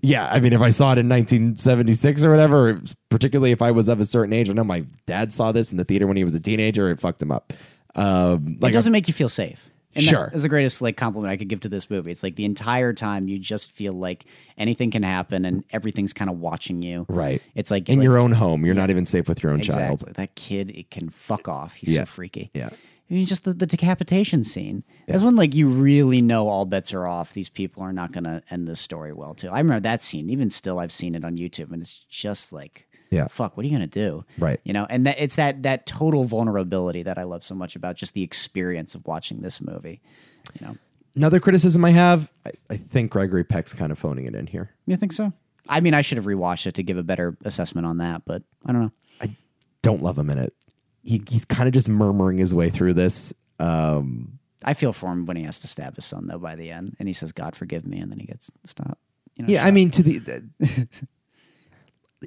[SPEAKER 1] yeah, I mean, if I saw it in 1976 or whatever, it was- particularly if I was of a certain age, I know my dad saw this in the theater when he was a teenager. It fucked him up. Um,
[SPEAKER 2] it
[SPEAKER 1] like,
[SPEAKER 2] doesn't make you feel safe. And that
[SPEAKER 1] Sure.
[SPEAKER 2] is the greatest like compliment I could give to this movie. It's like the entire time you just feel like anything can happen and everything's kind of watching you.
[SPEAKER 1] Right.
[SPEAKER 2] It's like
[SPEAKER 1] in
[SPEAKER 2] like,
[SPEAKER 1] your own home, you're not even safe with your own
[SPEAKER 2] exactly
[SPEAKER 1] child.
[SPEAKER 2] that kid. It can fuck off. He's
[SPEAKER 1] Yeah.
[SPEAKER 2] so freaky.
[SPEAKER 1] Yeah.
[SPEAKER 2] I mean, just the, the decapitation scene. That's when like you really know all bets are off. These people are not going to end this story well. Too. I remember that scene. Even still, I've seen it on YouTube, and it's just like,
[SPEAKER 1] Yeah.
[SPEAKER 2] fuck. What are you going to do?
[SPEAKER 1] Right.
[SPEAKER 2] You know, and that it's that that total vulnerability that I love so much about just the experience of watching this movie. You know,
[SPEAKER 1] Another criticism I have, I, I think Gregory Peck's kind of phoning it in here.
[SPEAKER 2] you think so? I mean, I should have rewatched it to give a better assessment on that, but I don't know.
[SPEAKER 1] I don't love him in it. He, he's kind of just murmuring his way through this.
[SPEAKER 2] I feel for him when he has to stab his son though by the end, and he says, "God forgive me," and then he gets stopped. You know,
[SPEAKER 1] Yeah, I mean, to the, the-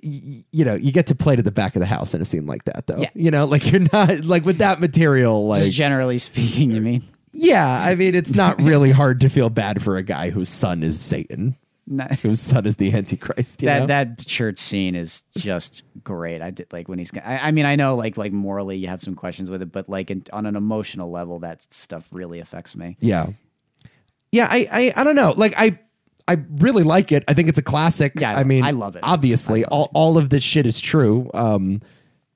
[SPEAKER 1] y- you know, you get to play to the back of the house in a scene like that, though.
[SPEAKER 2] Yeah.
[SPEAKER 1] You know, like you're not like with that material, like
[SPEAKER 2] just generally speaking, you mean?
[SPEAKER 1] yeah. I mean, it's not really hard to feel bad for a guy whose son is Satan,
[SPEAKER 2] No.
[SPEAKER 1] whose son is the Antichrist. You
[SPEAKER 2] that
[SPEAKER 1] know?
[SPEAKER 2] that church scene is just great. I did like when he's. I, I mean, I know like like morally you have some questions with it, but like in, on an emotional level, that stuff really affects me.
[SPEAKER 1] yeah, yeah. I, I I don't know. Like I I really like it. I think it's a classic.
[SPEAKER 2] Yeah, I-
[SPEAKER 1] I mean,
[SPEAKER 2] I love it.
[SPEAKER 1] Obviously, all all of this shit is true. Um,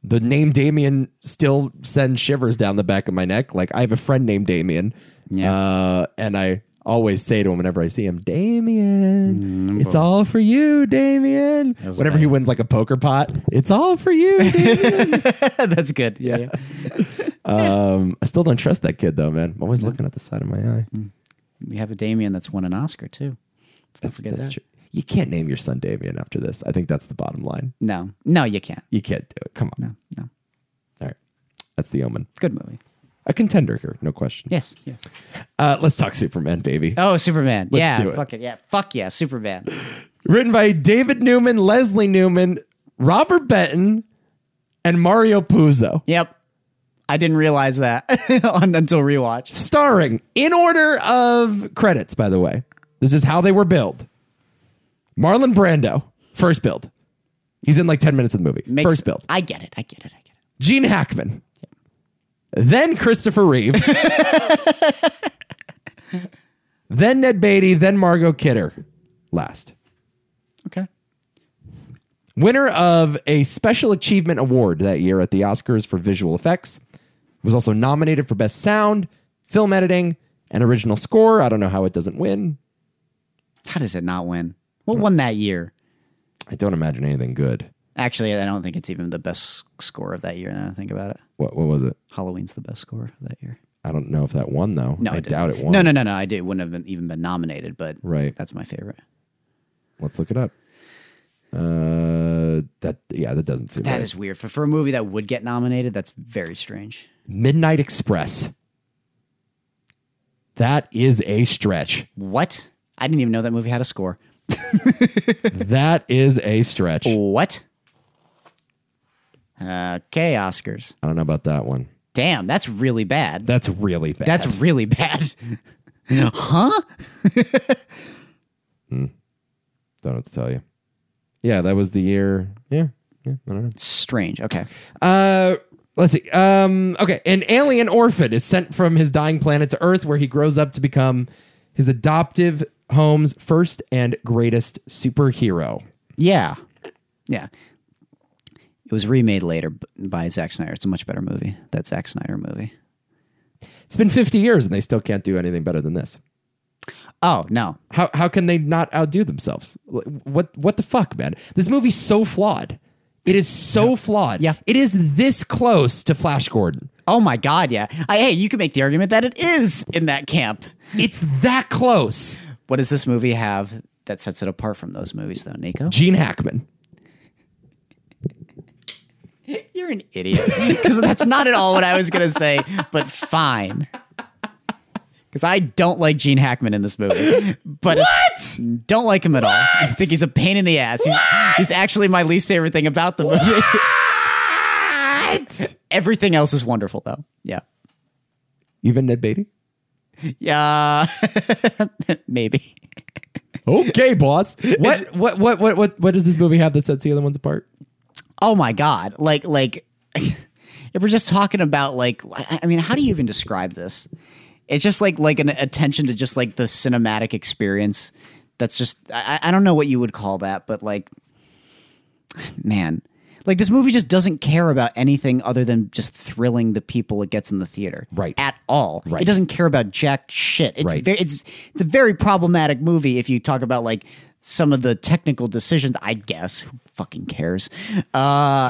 [SPEAKER 1] the name Damien still sends shivers down the back of my neck. Like I have a friend named Damien.
[SPEAKER 2] Yeah.
[SPEAKER 1] Uh, and I always say to him whenever I see him, Damien,
[SPEAKER 2] Mm-hmm.
[SPEAKER 1] it's all for you, Damien. Whenever he wins like a poker pot, it's all for you. Damien."
[SPEAKER 2] That's good. Yeah.
[SPEAKER 1] um, I still don't trust that kid though, man. I'm always looking at the side of my eye.
[SPEAKER 2] we have a Damien that's won an Oscar too. Let's not forget
[SPEAKER 1] That's
[SPEAKER 2] that.
[SPEAKER 1] true. You can't name your son Damien after this. I think that's the bottom line.
[SPEAKER 2] No, no, you can't.
[SPEAKER 1] You can't do it. Come on.
[SPEAKER 2] No, no.
[SPEAKER 1] All right. That's the omen.
[SPEAKER 2] Good movie.
[SPEAKER 1] A contender here, no question.
[SPEAKER 2] Yes. Yes.
[SPEAKER 1] Uh, let's talk Superman, baby.
[SPEAKER 2] Oh, Superman. yeah.
[SPEAKER 1] do it.
[SPEAKER 2] Fuck it. Yeah. Fuck yeah, Superman.
[SPEAKER 1] Written by David Newman, Leslie Newman, Robert Benton, and Mario Puzo.
[SPEAKER 2] yep. I didn't realize that on, until rewatch.
[SPEAKER 1] starring in order of credits by the way this is how they were billed marlon brando first build he's in like 10 minutes of the movie
[SPEAKER 2] Makes-
[SPEAKER 1] first build
[SPEAKER 2] I get it. I get it. I get it.
[SPEAKER 1] gene hackman then christopher reeve then ned beatty then margot kidder last
[SPEAKER 2] Okay.
[SPEAKER 1] winner of a special achievement award that year at the oscars for visual effects was also nominated for best sound film editing and original score i don't know how it doesn't win
[SPEAKER 2] How does it not win? What won that year?
[SPEAKER 1] I don't imagine anything good.
[SPEAKER 2] Actually, I don't think it's even the best score of that year. Now that I think about it,
[SPEAKER 1] What what was it?
[SPEAKER 2] Halloween's the best score of that year.
[SPEAKER 1] I don't know if that won though.
[SPEAKER 2] No,
[SPEAKER 1] I
[SPEAKER 2] didn't.
[SPEAKER 1] doubt it won.
[SPEAKER 2] No, no, no, no. I did. It wouldn't have been, even been nominated, but
[SPEAKER 1] Right.
[SPEAKER 2] that's my favorite.
[SPEAKER 1] Let's look it up. Uh, that yeah, that doesn't seem
[SPEAKER 2] That is
[SPEAKER 1] right.
[SPEAKER 2] weird for for a movie that would get nominated. That's very strange.
[SPEAKER 1] Midnight Express. That is a stretch.
[SPEAKER 2] What? I didn't even know that movie had a score.
[SPEAKER 1] that is a stretch. I
[SPEAKER 2] What? Uh, Okay, Oscars.
[SPEAKER 1] don't know about that one.
[SPEAKER 2] Damn, that's really bad.
[SPEAKER 1] That's really bad.
[SPEAKER 2] That's really bad. huh?
[SPEAKER 1] don't know what to tell you. Yeah, that was the year. Yeah, yeah, I don't know.
[SPEAKER 2] Strange. Okay.
[SPEAKER 1] Uh, let's see. Um, okay, an alien orphan is sent from his dying planet to Earth, where he grows up to become his adoptive home's first and greatest superhero.
[SPEAKER 2] Yeah. Yeah. It was remade later b- by Zack Snyder. It's a much better movie. That Zack Snyder movie.
[SPEAKER 1] It's been 50 years, and they still can't do anything better than this.
[SPEAKER 2] Oh, no.
[SPEAKER 1] How how can they not outdo themselves? Like, What what the fuck, man? This movie's so flawed. It is so flawed.
[SPEAKER 2] Yeah.
[SPEAKER 1] It is this close to Flash Gordon.
[SPEAKER 2] Oh my God, yeah. I, hey, you can make the argument that it is in that camp.
[SPEAKER 1] It's that close.
[SPEAKER 2] What does this movie have that sets it apart from those movies, though, Nico.
[SPEAKER 1] Gene Hackman.
[SPEAKER 2] You're an idiot. Because that's not at all what I was going to say, but fine. Because I don't like Gene Hackman in this movie. But what? Don't like him at all. I think he's a pain in the ass. He's, he's actually my least favorite thing about the movie.
[SPEAKER 1] What?
[SPEAKER 2] Everything else is wonderful, though. Yeah.
[SPEAKER 1] Even Ned Beatty.
[SPEAKER 2] Yeah. Maybe.
[SPEAKER 1] Okay, boss. What, what what what what what does this movie have that sets the other ones apart?
[SPEAKER 2] oh my god like like if we're just talking about like i I mean how do you even describe this it's just like like an attention to just like the cinematic experience that's just i, I don't know what you would call that but like man like this movie just doesn't care about anything other than just thrilling the people it gets in the theater
[SPEAKER 1] Right.
[SPEAKER 2] at all
[SPEAKER 1] Right.
[SPEAKER 2] it doesn't care about jack shit it's
[SPEAKER 1] Right.
[SPEAKER 2] ve- it's it's a very problematic movie if you talk about like some of the technical decisions i guess who fucking cares uh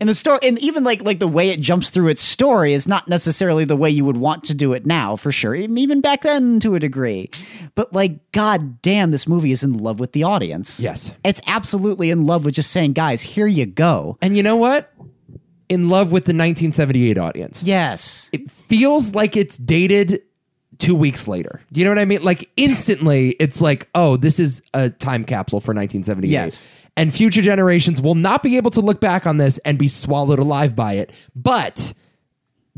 [SPEAKER 2] and the story and even like like the way it jumps through its story is not necessarily the way you would want to do it now for sure and even back then to a degree but like god damn this movie is in love with the audience
[SPEAKER 1] Yes.
[SPEAKER 2] it's absolutely in love with just saying guys here you go
[SPEAKER 1] And you know what? In love with the 1978 audience.
[SPEAKER 2] yes
[SPEAKER 1] It feels like it's dated two weeks later. Do you know what I mean? Like instantly, it's like, oh, this is a time capsule for 1978.
[SPEAKER 2] Yes.
[SPEAKER 1] And future generations will not be able to look back on this and be swallowed alive by it. But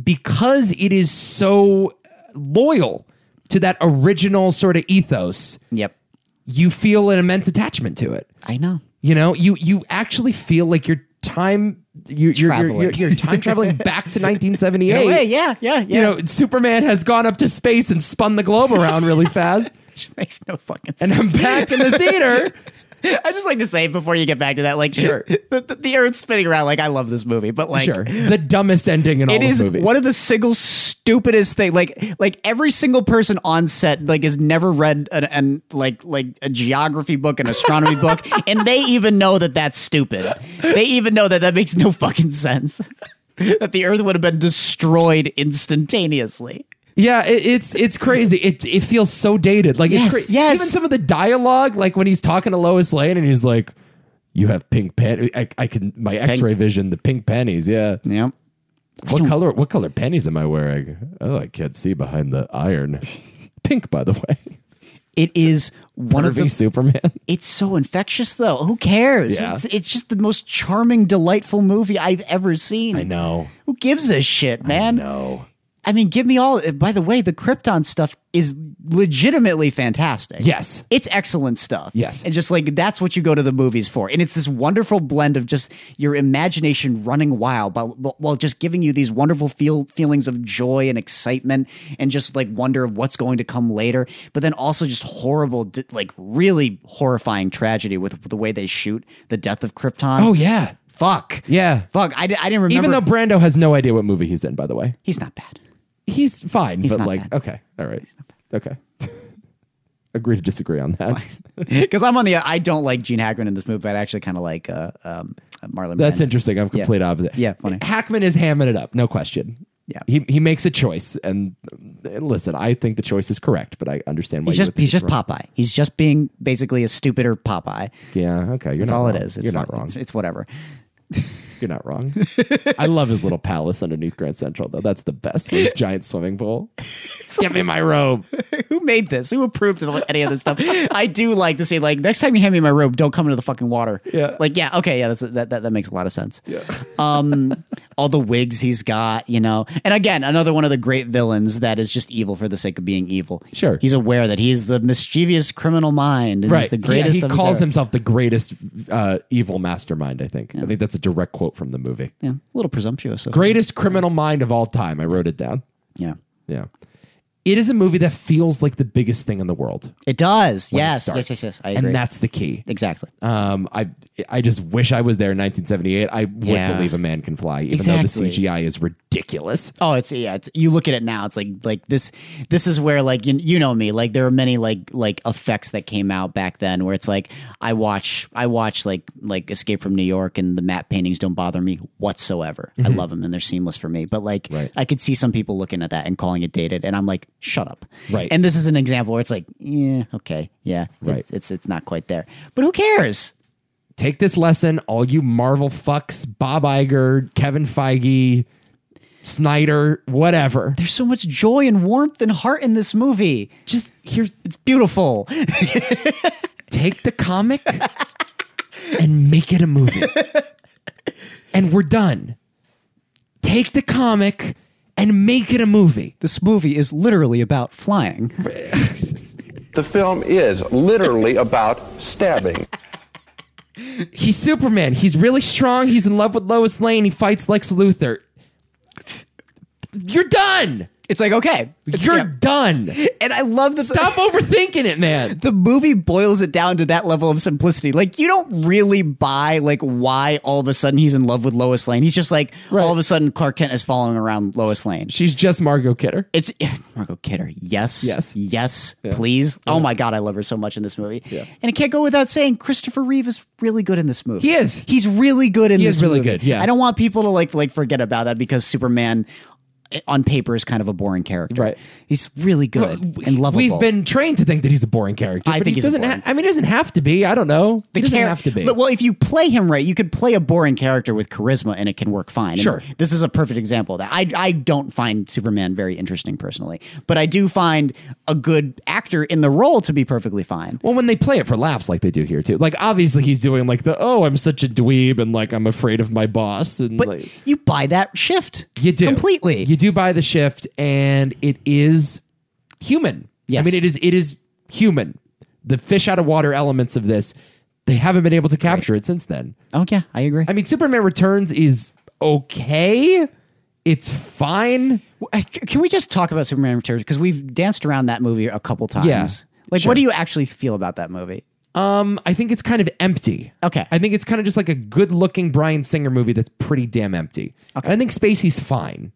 [SPEAKER 1] because it is so loyal to that original sort of ethos,
[SPEAKER 2] yep
[SPEAKER 1] you feel an immense attachment to it.
[SPEAKER 2] i know
[SPEAKER 1] You know, you you actually feel like you're time you're you're, you're,
[SPEAKER 2] Traveling.
[SPEAKER 1] you're, you're time traveling back to 1978.
[SPEAKER 2] Hey, yeah yeah yeah
[SPEAKER 1] You know, Superman has gone up to space and spun the globe around really fast,
[SPEAKER 2] Which makes no fucking sense.
[SPEAKER 1] and I'm back in the theater.
[SPEAKER 2] I just like to say before you get back to that, like,
[SPEAKER 1] Sure.
[SPEAKER 2] the, the, the Earth's spinning around. Like, I love this movie, but like,
[SPEAKER 1] sure, the dumbest ending in all
[SPEAKER 2] it
[SPEAKER 1] the
[SPEAKER 2] is
[SPEAKER 1] movies.
[SPEAKER 2] one of the single stupidest thing. Like, like every single person on set like has never read an, an like like a geography book, an astronomy book, and they even know that that's stupid. They even know that that makes no fucking sense. that the Earth would have been destroyed instantaneously.
[SPEAKER 1] yeah, it, it's it's crazy. It it feels so dated. Like
[SPEAKER 2] Yes,
[SPEAKER 1] it's cra-
[SPEAKER 2] yes.
[SPEAKER 1] Even some of the dialogue, like when he's talking to Lois Lane, and he's like, "You have pink pen. I, I can my X-ray vision. The pink pennies. Yeah.
[SPEAKER 2] Yep.
[SPEAKER 1] What color? What color pennies am I wearing? Oh, I can't see behind the iron. Pink, by the way.
[SPEAKER 2] It is one of
[SPEAKER 1] Pervy
[SPEAKER 2] the
[SPEAKER 1] Superman.
[SPEAKER 2] it's so infectious though. Who cares?
[SPEAKER 1] Yeah.
[SPEAKER 2] It's, it's just the most charming, delightful movie I've ever seen.
[SPEAKER 1] I know.
[SPEAKER 2] Who gives a shit, man?
[SPEAKER 1] No.
[SPEAKER 2] I mean, give me all. By the way, the Krypton stuff is legitimately fantastic.
[SPEAKER 1] Yes.
[SPEAKER 2] It's excellent stuff.
[SPEAKER 1] Yes.
[SPEAKER 2] And just like that's what you go to the movies for. And it's this wonderful blend of just your imagination running wild while, while just giving you these wonderful feel, feelings of joy and excitement and just like wonder of what's going to come later. But then also just horrible, d- like really horrifying tragedy with the way they shoot the death of Krypton.
[SPEAKER 1] Oh yeah.
[SPEAKER 2] fuck.
[SPEAKER 1] Yeah.
[SPEAKER 2] Fuck. I, di- I didn't remember.
[SPEAKER 1] Even though Brando has no idea what movie he's in, by the way,
[SPEAKER 2] he's not bad.
[SPEAKER 1] he's fine. but
[SPEAKER 2] not
[SPEAKER 1] like,
[SPEAKER 2] bad.
[SPEAKER 1] okay, all right, okay. Agree to disagree on that.
[SPEAKER 2] Because I'm on the uh, I don't like Gene Hackman in this movie, but I actually kind of like uh, um, Marlon.
[SPEAKER 1] That's
[SPEAKER 2] Brando.
[SPEAKER 1] interesting. I'm complete opposite.
[SPEAKER 2] Yeah, funny.
[SPEAKER 1] Hackman is hamming it up, no question.
[SPEAKER 2] Yeah.
[SPEAKER 1] He he makes a choice, and, and listen, I think the choice is correct, but I understand why
[SPEAKER 2] He's
[SPEAKER 1] you
[SPEAKER 2] just
[SPEAKER 1] would think
[SPEAKER 2] he's
[SPEAKER 1] it's
[SPEAKER 2] just Popeye. He's just being basically a stupider Popeye.
[SPEAKER 1] wrong. Yeah. Okay. You're
[SPEAKER 2] That's
[SPEAKER 1] not
[SPEAKER 2] all
[SPEAKER 1] wrong.
[SPEAKER 2] it is. It's
[SPEAKER 1] You're
[SPEAKER 2] fine.
[SPEAKER 1] not wrong.
[SPEAKER 2] It's, it's whatever.
[SPEAKER 1] You're not wrong. I love his little palace underneath Grand Central, though. That's the best. With his giant swimming pool. Give me my robe.
[SPEAKER 2] Who made this? Who approved of any of this stuff? I do like to say like next time you hand me my robe, don't come into the fucking water.
[SPEAKER 1] Yeah.
[SPEAKER 2] Like yeah, okay, yeah, that's that that, that makes a lot of sense. Yeah. um, all the wigs he's got, you know, and again another one of the great villains that is just evil for the sake of being evil.
[SPEAKER 1] Sure.
[SPEAKER 2] He's aware that he's the mischievous criminal mind and he's the
[SPEAKER 1] Yeah,
[SPEAKER 2] greatest.
[SPEAKER 1] he
[SPEAKER 2] of his
[SPEAKER 1] calls
[SPEAKER 2] era.
[SPEAKER 1] himself the greatest uh, evil mastermind, I think. I think that's a direct quote from the movie.
[SPEAKER 2] Yeah, a little presumptuous. of him.
[SPEAKER 1] Greatest criminal mind of all time. I wrote it down.
[SPEAKER 2] Yeah.
[SPEAKER 1] Yeah. It is a movie that feels like the biggest thing in the world.
[SPEAKER 2] It does.
[SPEAKER 1] when it
[SPEAKER 2] Yes.
[SPEAKER 1] starts.
[SPEAKER 2] Yes. Yes. Yes. I agree. Uh,
[SPEAKER 1] And that's the key.
[SPEAKER 2] exactly.
[SPEAKER 1] Um, I I just wish I was there in 1978. I would
[SPEAKER 2] Yeah.
[SPEAKER 1] believe a man can fly, even though
[SPEAKER 2] Exactly.
[SPEAKER 1] the CGI is ridiculous.
[SPEAKER 2] Oh, it's yeah. It's you look at it now. It's like like this. This is where like you, you know me. Like there are many like like effects that came out back then where it's like I watch I watch like like Escape from New York and the matte paintings don't bother me Mm-hmm. whatsoever. I love them and they're seamless for me. But like I could see some people looking at that and calling it dated, and I'm like, shut up.
[SPEAKER 1] Right.
[SPEAKER 2] And this is an example where it's like, yeah, okay, yeah,
[SPEAKER 1] Right.
[SPEAKER 2] It's, it's it's not quite there, but who cares?
[SPEAKER 1] Take this lesson, all you Marvel fucks, Bob Iger, Kevin Feige, Snyder, whatever.
[SPEAKER 2] There's so much joy and warmth and heart in this movie.
[SPEAKER 1] Just here's
[SPEAKER 2] It's beautiful.
[SPEAKER 1] take the comic and make it a movie. and we're done. Take the comic and make it a movie.
[SPEAKER 2] this movie is literally about flying.
[SPEAKER 4] The film is literally about stabbing.
[SPEAKER 1] He's Superman. He's really strong. He's in love with Lois Lane. He fights Lex Luthor. You're done.
[SPEAKER 2] It's like okay, It's-
[SPEAKER 1] You're
[SPEAKER 2] yeah.
[SPEAKER 1] done.
[SPEAKER 2] and I love this.
[SPEAKER 1] Stop overthinking it, man.
[SPEAKER 2] the movie boils it down to that level of simplicity. Like you don't really buy like why all of a sudden he's in love with Lois Lane. He's just like all of a sudden Clark Kent is following around Lois Lane.
[SPEAKER 1] She's just Margot Kidder.
[SPEAKER 2] It's Margot Kidder. Yes.
[SPEAKER 1] Yes.
[SPEAKER 2] Yes. Please. Oh my God, I love her so much in this movie. And it can't go without saying Christopher Reeve is really good in this movie.
[SPEAKER 1] He is.
[SPEAKER 2] He's really good in
[SPEAKER 1] He
[SPEAKER 2] this
[SPEAKER 1] is really
[SPEAKER 2] movie.
[SPEAKER 1] good, yeah.
[SPEAKER 2] I don't want people to like like forget about that because Superman eh, on paper is kind of a boring character.
[SPEAKER 1] Right.
[SPEAKER 2] He's really good and lovable.
[SPEAKER 1] We've been trained to think that he's a boring character.
[SPEAKER 2] I
[SPEAKER 1] but he
[SPEAKER 2] think he's a
[SPEAKER 1] doesn't.
[SPEAKER 2] boring-
[SPEAKER 1] Ha- I mean, he doesn't have to be. I don't know. He doesn't
[SPEAKER 2] char-
[SPEAKER 1] have to be.
[SPEAKER 2] But- Well, if you play him right, you could play a boring character with charisma, and it can work fine. And
[SPEAKER 1] Sure.
[SPEAKER 2] this is a perfect example of that. I I don't find Superman very interesting personally, but I do find a good actor in the role to be perfectly fine.
[SPEAKER 1] Well, when they play it for laughs like they do here too. Like obviously he's doing like the oh I'm such a dweeb and like I'm afraid of my boss and
[SPEAKER 2] But
[SPEAKER 1] like
[SPEAKER 2] you buy that shift.
[SPEAKER 1] you do
[SPEAKER 2] completely.
[SPEAKER 1] You do buy the shift and it is human.
[SPEAKER 2] Yes.
[SPEAKER 1] I mean it is it is human. The fish out of water elements of this they haven't been able to capture it since then.
[SPEAKER 2] oh yeah, I agree.
[SPEAKER 1] I mean Superman Returns is okay. It's fine.
[SPEAKER 2] Uh, c- Can we just talk about Superman Returns because we've danced around that movie a couple times?
[SPEAKER 1] Yeah,
[SPEAKER 2] Like,
[SPEAKER 1] sure.
[SPEAKER 2] what do you actually feel about that movie?
[SPEAKER 1] Um, I think it's kind of empty.
[SPEAKER 2] Okay.
[SPEAKER 1] I think it's kind of just like a good looking Brian Singer movie that's pretty damn empty. And I think Spacey's fine.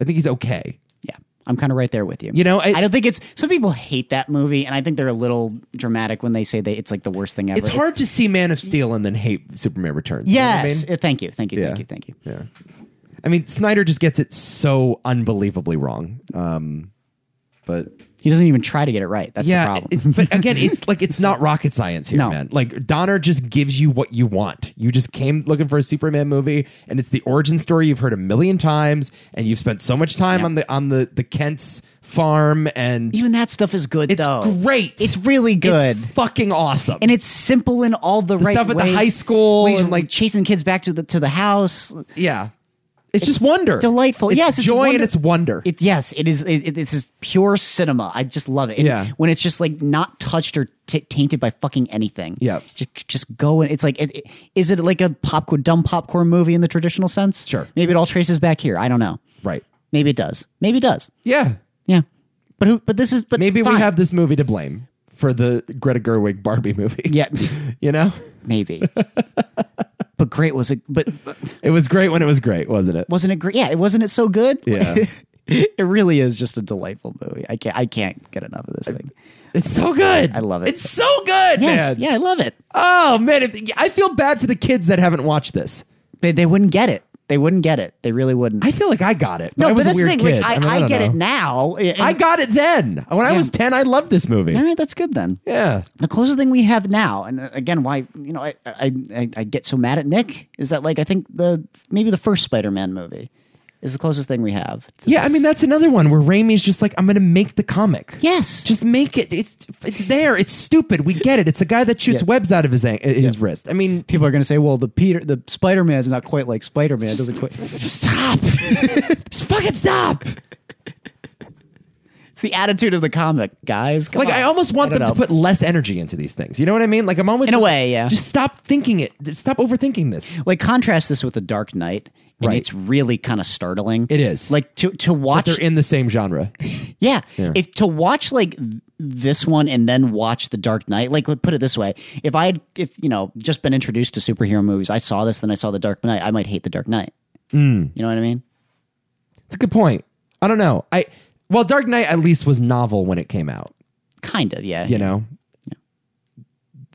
[SPEAKER 1] I think he's okay.
[SPEAKER 2] Yeah, I'm kind of right there with you.
[SPEAKER 1] You know, I-
[SPEAKER 2] I, don't think it's some people hate that movie, and I think they're a little dramatic when they say they it's like the worst thing ever.
[SPEAKER 1] It's hard to see Man of Steel and then hate Superman Returns. You know what I
[SPEAKER 2] yes,
[SPEAKER 1] mean?
[SPEAKER 2] Uh, thank you, thank you,
[SPEAKER 1] Yeah.
[SPEAKER 2] thank you, thank you.
[SPEAKER 1] I mean, Snyder just gets it so unbelievably wrong. Um, but
[SPEAKER 2] He doesn't even try to get it right. That's the
[SPEAKER 1] yeah,
[SPEAKER 2] problem.
[SPEAKER 1] it- but again, it's like it's not rocket science here,
[SPEAKER 2] No.
[SPEAKER 1] man. Like Donner just gives you what you want. You just came looking for a Superman movie, and it's the origin story you've heard a million times, and you've spent so much time on the on the the Kent's farm, and
[SPEAKER 2] even that stuff is good
[SPEAKER 1] it's
[SPEAKER 2] though.
[SPEAKER 1] great.
[SPEAKER 2] It's really good.
[SPEAKER 1] It's fucking awesome.
[SPEAKER 2] and it's simple in all the, right
[SPEAKER 1] stuff at the
[SPEAKER 2] ways.
[SPEAKER 1] high school
[SPEAKER 2] ways
[SPEAKER 1] and,
[SPEAKER 2] of
[SPEAKER 1] like-
[SPEAKER 2] chasing kids back to the to the house.
[SPEAKER 1] yeah, it's, just wonder,
[SPEAKER 2] delightful.
[SPEAKER 1] It's
[SPEAKER 2] Yes, it's
[SPEAKER 1] joy and
[SPEAKER 2] wonder-
[SPEAKER 1] it's wonder.
[SPEAKER 2] It yes, it is. It, it- it's just pure cinema. I just love it. And
[SPEAKER 1] Yeah.
[SPEAKER 2] when it's just like not touched or t- tainted by fucking anything.
[SPEAKER 1] Yep.
[SPEAKER 2] just just go and it's like, it, it, is it like a popcorn dumb popcorn movie in the traditional sense?
[SPEAKER 1] Sure.
[SPEAKER 2] Maybe it all traces back here. I don't know.
[SPEAKER 1] right?
[SPEAKER 2] Maybe it does. Maybe it does.
[SPEAKER 1] Yeah,
[SPEAKER 2] Yeah. But who? But this is. But
[SPEAKER 1] Maybe
[SPEAKER 2] fine.
[SPEAKER 1] we have this movie to blame for the Greta Gerwig Barbie movie.
[SPEAKER 2] Yeah.
[SPEAKER 1] you know?
[SPEAKER 2] Maybe. but great was it? But but
[SPEAKER 1] It was great when it was great, wasn't it?
[SPEAKER 2] wasn't it great? Yeah. It wasn't it so good?
[SPEAKER 1] Yeah.
[SPEAKER 2] it really is just a delightful movie. I can't. I can't get enough of this thing.
[SPEAKER 1] It's so good.
[SPEAKER 2] I love it.
[SPEAKER 1] It's so good,
[SPEAKER 2] Yes.
[SPEAKER 1] man.
[SPEAKER 2] Yeah. I love it.
[SPEAKER 1] Oh, man. If- I feel bad for the kids that haven't watched this.
[SPEAKER 2] they, they wouldn't get it. They wouldn't get it. They really wouldn't.
[SPEAKER 1] I feel like I got it. but I
[SPEAKER 2] no, but
[SPEAKER 1] was a
[SPEAKER 2] that's the
[SPEAKER 1] weird
[SPEAKER 2] thing.
[SPEAKER 1] Kid.
[SPEAKER 2] Like, I, I,
[SPEAKER 1] mean, don't
[SPEAKER 2] get it
[SPEAKER 1] know.
[SPEAKER 2] now. and-
[SPEAKER 1] I got it then. When I
[SPEAKER 2] Yeah.
[SPEAKER 1] was 10, I loved this movie.
[SPEAKER 2] all right. That's good then.
[SPEAKER 1] Yeah.
[SPEAKER 2] The closest thing we have now, and uh, again, why you know I I, I I get so mad at Nick is that like I think the maybe the first Spider-Man movie is the closest thing we have. to
[SPEAKER 1] Yeah, I
[SPEAKER 2] this.
[SPEAKER 1] mean, that's another one where Raimi's just like, I'm going to make the comic.
[SPEAKER 2] yes,
[SPEAKER 1] Just make it. It's it's there. It's stupid. We get it. It's a guy that shoots
[SPEAKER 2] Yeah.
[SPEAKER 1] webs out of his an- his wrist. I mean,
[SPEAKER 2] people are gonna say, well, the Peter the Spider-Man's not quite like Spider-Man. It doesn't quite.
[SPEAKER 1] stop. just fucking stop.
[SPEAKER 2] It's the attitude of the comic, guys. Come
[SPEAKER 1] Like
[SPEAKER 2] on.
[SPEAKER 1] I almost want
[SPEAKER 2] don't
[SPEAKER 1] them to
[SPEAKER 2] know.
[SPEAKER 1] put less energy into these things. You know what I mean? Like I'm almost
[SPEAKER 2] In a
[SPEAKER 1] just-
[SPEAKER 2] way, yeah.
[SPEAKER 1] Just stop thinking it. Just stop overthinking this.
[SPEAKER 2] like contrast this with the Dark Knight, and
[SPEAKER 1] Right.
[SPEAKER 2] it's really kind of startling.
[SPEAKER 1] It is.
[SPEAKER 2] like to to watch
[SPEAKER 1] They're in the same genre.
[SPEAKER 2] Yeah. If to watch like th- this one and then watch The Dark Knight, like let put it this way, if I had if you know just been introduced to superhero movies, I saw this, then I saw The Dark Knight, I might hate The Dark Knight.
[SPEAKER 1] Hmm.
[SPEAKER 2] You know what I mean?
[SPEAKER 1] It's a good point. I don't know. I well, Dark Knight at least was novel when it came out.
[SPEAKER 2] Kind of, yeah.
[SPEAKER 1] You know.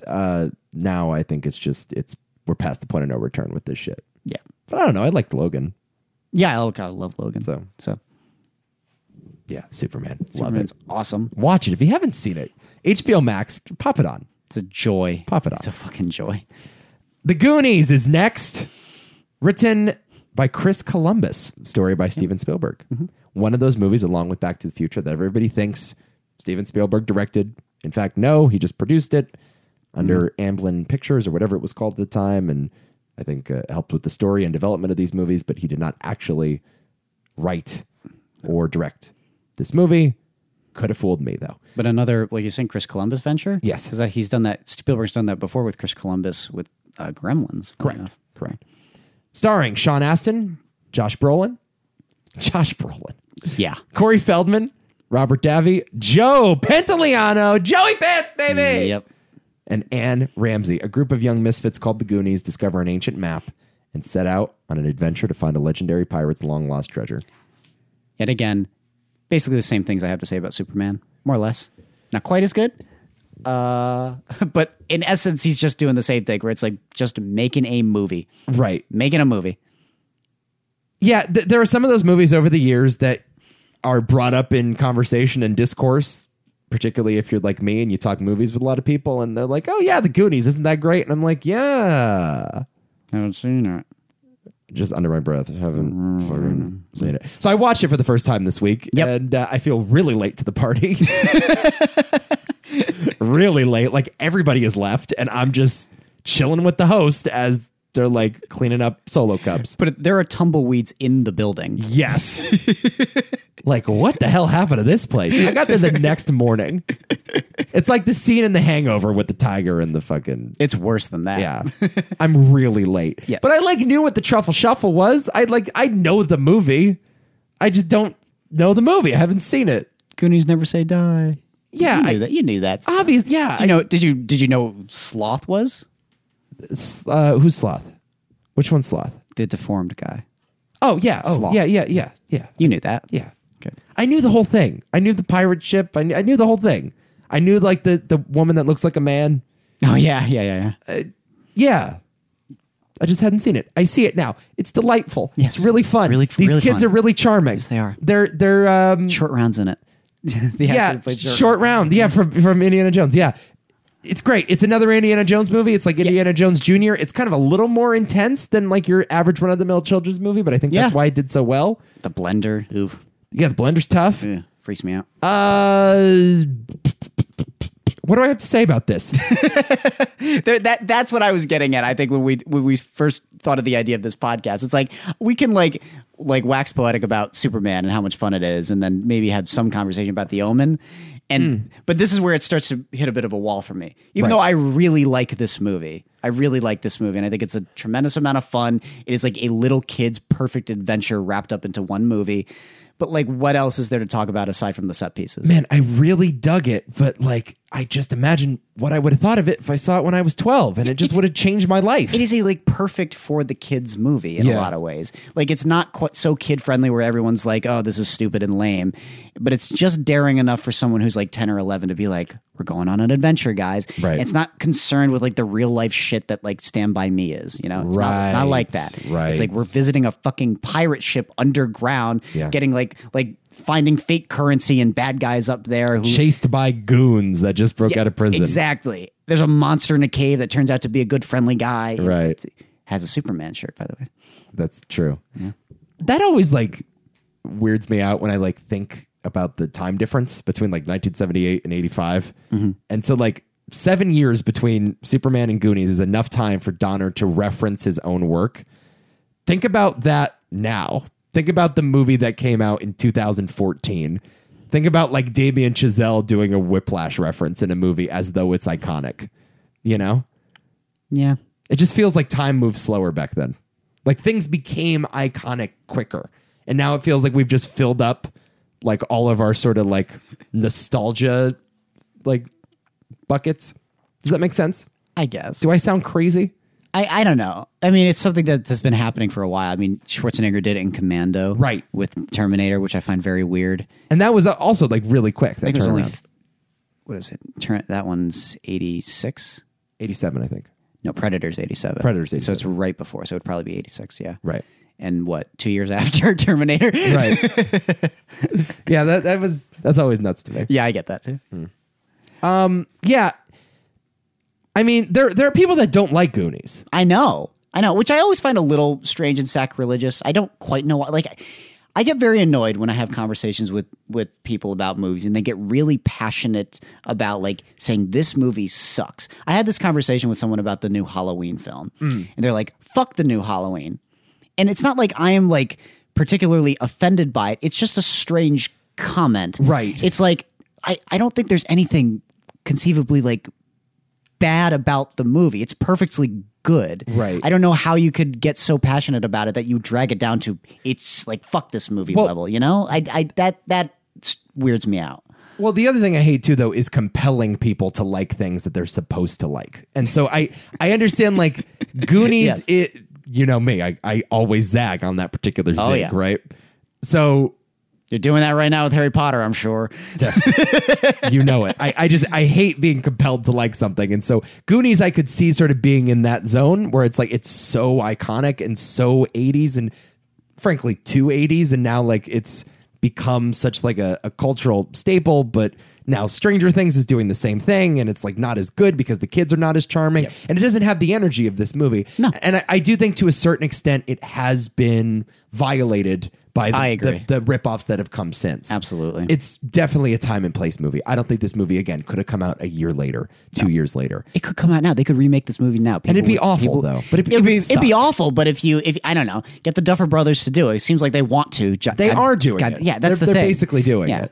[SPEAKER 1] Uh, now I think it's just it's we're past the point of no return with this shit.
[SPEAKER 2] Yeah.
[SPEAKER 1] But I don't know. I liked Logan.
[SPEAKER 2] Yeah, I love, I love Logan.
[SPEAKER 1] So.
[SPEAKER 2] so
[SPEAKER 1] Yeah, Superman.
[SPEAKER 2] I mean, it's awesome.
[SPEAKER 1] Watch it if you haven't seen it. HBO Max, pop it on.
[SPEAKER 2] It's a joy.
[SPEAKER 1] Pop it
[SPEAKER 2] It's
[SPEAKER 1] on.
[SPEAKER 2] a fucking joy.
[SPEAKER 1] The Goonies is next, written by Chris Columbus, story by Steven Spielberg. One of those movies, along with Back to the Future, that everybody thinks Steven Spielberg directed. In fact, no, he just produced it under Amblin Pictures or whatever it was called at the time, and I think uh, helped with the story and development of these movies. But he did not actually write or direct this movie. Could have fooled me though.
[SPEAKER 2] But another, like you're saying, Chris Columbus venture?
[SPEAKER 1] Yes.
[SPEAKER 2] Because that he's done that, Spielberg's done that before with Chris Columbus with uh, Gremlins. funny
[SPEAKER 1] Correct.
[SPEAKER 2] enough.
[SPEAKER 1] Correct. Starring Sean Astin, Josh Brolin, Josh Brolin,
[SPEAKER 2] Yeah.
[SPEAKER 1] Corey Feldman, Robert Davi, Joe Pantoliano, Joey Pants, baby,
[SPEAKER 2] Yep.
[SPEAKER 1] and Anne Ramsey. A group of young misfits called the Goonies discover an ancient map and set out on an adventure to find a legendary pirate's long lost treasure.
[SPEAKER 2] Yet again, basically the same things I have to say about Superman, more or less. Not quite as good. Uh, but in essence, he's just doing the same thing where it's like just making a movie,
[SPEAKER 1] Right.
[SPEAKER 2] making a movie.
[SPEAKER 1] Yeah, th- there are some of those movies over the years that are brought up in conversation and discourse, particularly if you're like me and you talk movies with a lot of people, and they're like, "Oh yeah, The Goonies, isn't that great?" And I'm like, "Yeah,"
[SPEAKER 2] haven't seen it.
[SPEAKER 1] just under my breath, I haven't fucking seen it. So I watched it for the first time this week,
[SPEAKER 2] Yep.
[SPEAKER 1] and uh, I feel really late to the party. really late, like everybody is left, and I'm just chilling with the host as they're like cleaning up solo cups.
[SPEAKER 2] But there are tumbleweeds in the building.
[SPEAKER 1] Yes. like, what the hell happened to this place? I got there the next morning. It's like the scene in The Hangover with the tiger and the fucking.
[SPEAKER 2] It's worse than that.
[SPEAKER 1] Yeah, I'm really late.
[SPEAKER 2] Yeah.
[SPEAKER 1] But I like knew what the truffle shuffle was. I like I know the movie. I just don't know the movie. I haven't seen it.
[SPEAKER 2] Goonies never say die.
[SPEAKER 1] Yeah,
[SPEAKER 2] you knew
[SPEAKER 1] I-
[SPEAKER 2] that. You knew that.
[SPEAKER 1] Obvious. Yeah.
[SPEAKER 2] Ah, Do you know? Did you did you know Sloth was
[SPEAKER 1] I, uh, who's sloth? Which one's sloth?
[SPEAKER 2] the deformed guy?
[SPEAKER 1] Oh yeah. Oh
[SPEAKER 2] Sloth.
[SPEAKER 1] yeah. Yeah. Yeah. Yeah.
[SPEAKER 2] You knew that.
[SPEAKER 1] Yeah.
[SPEAKER 2] Okay.
[SPEAKER 1] I knew the whole thing. I knew the pirate ship. I knew, I knew the whole thing. I knew like the the woman that looks like a man.
[SPEAKER 2] Oh yeah, yeah, yeah, yeah.
[SPEAKER 1] Yeah. I just hadn't seen it. I see it now. It's delightful.
[SPEAKER 2] Yes.
[SPEAKER 1] It's really fun.
[SPEAKER 2] Really-
[SPEAKER 1] These
[SPEAKER 2] really
[SPEAKER 1] kids
[SPEAKER 2] fun.
[SPEAKER 1] are really charming. Yes,
[SPEAKER 2] they are.
[SPEAKER 1] They're they're um
[SPEAKER 2] Short rounds in it. The actor
[SPEAKER 1] yeah,
[SPEAKER 2] who played
[SPEAKER 1] short, round. Yeah, from from Indiana Jones. Yeah. It's great. It's another Indiana Jones movie. It's like Indiana Jones Jr. It's kind of a little more intense than like your average run of the mill children's movie, but I think that's
[SPEAKER 2] Yeah.
[SPEAKER 1] why it did so well.
[SPEAKER 2] The blender. Oof.
[SPEAKER 1] Yeah, the blender's tough.
[SPEAKER 2] Ugh, freaks me out.
[SPEAKER 1] Uh what do I have to say about this?
[SPEAKER 2] There, that that's what I was getting at. I think when we when we first thought of the idea of this podcast, it's like we can like like wax poetic about Superman and how much fun it is, and then maybe have some conversation about The Omen. And but this is where it starts to hit a bit of a wall for me. Even though I really like this movie, I really like this movie, and I think it's a tremendous amount of fun. It is like a little kid's perfect adventure wrapped up into one movie. But like, what else is there to talk about aside from the set pieces?
[SPEAKER 1] man, I really dug it, but like I just imagine what I would have thought of it if I saw it when I was 12 and it just would have changed my life.
[SPEAKER 2] it is a like perfect for the kids movie in
[SPEAKER 1] Yeah.
[SPEAKER 2] a lot of ways. Like it's not quite so kid friendly where everyone's like, "Oh, this is stupid and lame," but it's just daring enough for someone who's like ten or eleven to be like, "We're going on an adventure, guys."
[SPEAKER 1] Right.
[SPEAKER 2] It's not concerned with like the real life shit that like Stand by Me is. You know, it's not. It's not like that.
[SPEAKER 1] Right, right.
[SPEAKER 2] It's like we're visiting a fucking pirate ship underground,
[SPEAKER 1] Yeah.
[SPEAKER 2] getting like like finding fake currency and bad guys up there who
[SPEAKER 1] Chased by goons that just broke out of prison.
[SPEAKER 2] Exactly. There's a monster in a cave that turns out to be a good, friendly guy.
[SPEAKER 1] Right.
[SPEAKER 2] It has a Superman shirt, by the way.
[SPEAKER 1] That's true. That always like weirds me out when I like think about the time difference between like 1978 and 85. And so like 7 years between Superman and Goonies is enough time for Donner to reference his own work. Think about that now. Think about the movie that came out in 2014. Think about like Damien Chazelle doing a Whiplash reference in a movie as though it's iconic. You know?
[SPEAKER 2] Yeah.
[SPEAKER 1] It just feels like time moved slower back then. Like things became iconic quicker. And now it feels like we've just filled up like all of our sort of like nostalgia like buckets. Does that make sense?
[SPEAKER 2] I guess.
[SPEAKER 1] Do I sound crazy?
[SPEAKER 2] I, I don't know. I mean, it's something that has been happening for a while. I mean, Schwarzenegger did it in Commando.
[SPEAKER 1] Right.
[SPEAKER 2] With Terminator, which I find very weird.
[SPEAKER 1] And that was uh, also like really quick. That
[SPEAKER 2] It was only,
[SPEAKER 1] turnaround.
[SPEAKER 2] what is it? Turn, that one's 86.
[SPEAKER 1] 87, I think.
[SPEAKER 2] No, Predator's 87.
[SPEAKER 1] Predator's
[SPEAKER 2] So it's right before. So it'd probably be 86. Yeah.
[SPEAKER 1] Right.
[SPEAKER 2] and what two years after Terminator.
[SPEAKER 1] Right. yeah, that, that was that's always nuts to me.
[SPEAKER 2] yeah, I get that too.
[SPEAKER 1] Yeah. I mean, there there are people that don't like Goonies.
[SPEAKER 2] I know, I know, which I always find a little strange and sacrilegious. I don't quite know why. Like, I get very annoyed when I have conversations with with people about movies, and they get really passionate about like saying this movie sucks. I had this conversation with someone about the new Halloween film, and they're like, "Fuck the new Halloween," and it's not like I am like particularly offended by it. It's just a strange comment,
[SPEAKER 1] Right.
[SPEAKER 2] It's like I I don't think there's anything conceivably like bad about the movie. It's perfectly good.
[SPEAKER 1] Right.
[SPEAKER 2] I don't know how you could get so passionate about it that you drag it down to it's like fuck this movie level. You know, I, I that that s- weirds me out.
[SPEAKER 1] Well, the other thing I hate too, though, is compelling people to like things that they're supposed to like. And so I, I understand like Goonies.
[SPEAKER 2] Yes.
[SPEAKER 1] It, you know me, I, I always zag on that particular zig,
[SPEAKER 2] Oh, yeah.
[SPEAKER 1] right? So
[SPEAKER 2] You're doing that right now with Harry Potter, I'm sure.
[SPEAKER 1] you know it. I, I just I hate being compelled to like something. And so Goonies I could see sort of being in that zone where it's like it's so iconic and so 80s and frankly too 80s and now like it's become such like a, a cultural staple, but now Stranger Things is doing the same thing and it's like not as good because the kids are not as charming and it doesn't have the energy of this movie. No. And I, I do think to a certain extent it has been violated by the,
[SPEAKER 2] I agree.
[SPEAKER 1] the, the ripoffs that have come since.
[SPEAKER 2] Absolutely.
[SPEAKER 1] It's definitely a time and place movie. I don't think this movie again could have come out a year later, two years later,
[SPEAKER 2] It could come out now. They could remake this movie now.
[SPEAKER 1] and it'd be
[SPEAKER 2] People would-
[SPEAKER 1] awful
[SPEAKER 2] people-
[SPEAKER 1] though. But it'd,
[SPEAKER 2] It'd be, it'd be
[SPEAKER 1] awful.
[SPEAKER 2] awful, but if you if I don't know, get the Duffer Brothers to do it. It seems like they want to. Ju-
[SPEAKER 1] They
[SPEAKER 2] God-
[SPEAKER 1] are doing
[SPEAKER 2] God-
[SPEAKER 1] it.
[SPEAKER 2] Yeah, that's
[SPEAKER 1] they're,
[SPEAKER 2] the
[SPEAKER 1] they're
[SPEAKER 2] thing.
[SPEAKER 1] basically doing
[SPEAKER 2] Yeah.
[SPEAKER 1] it.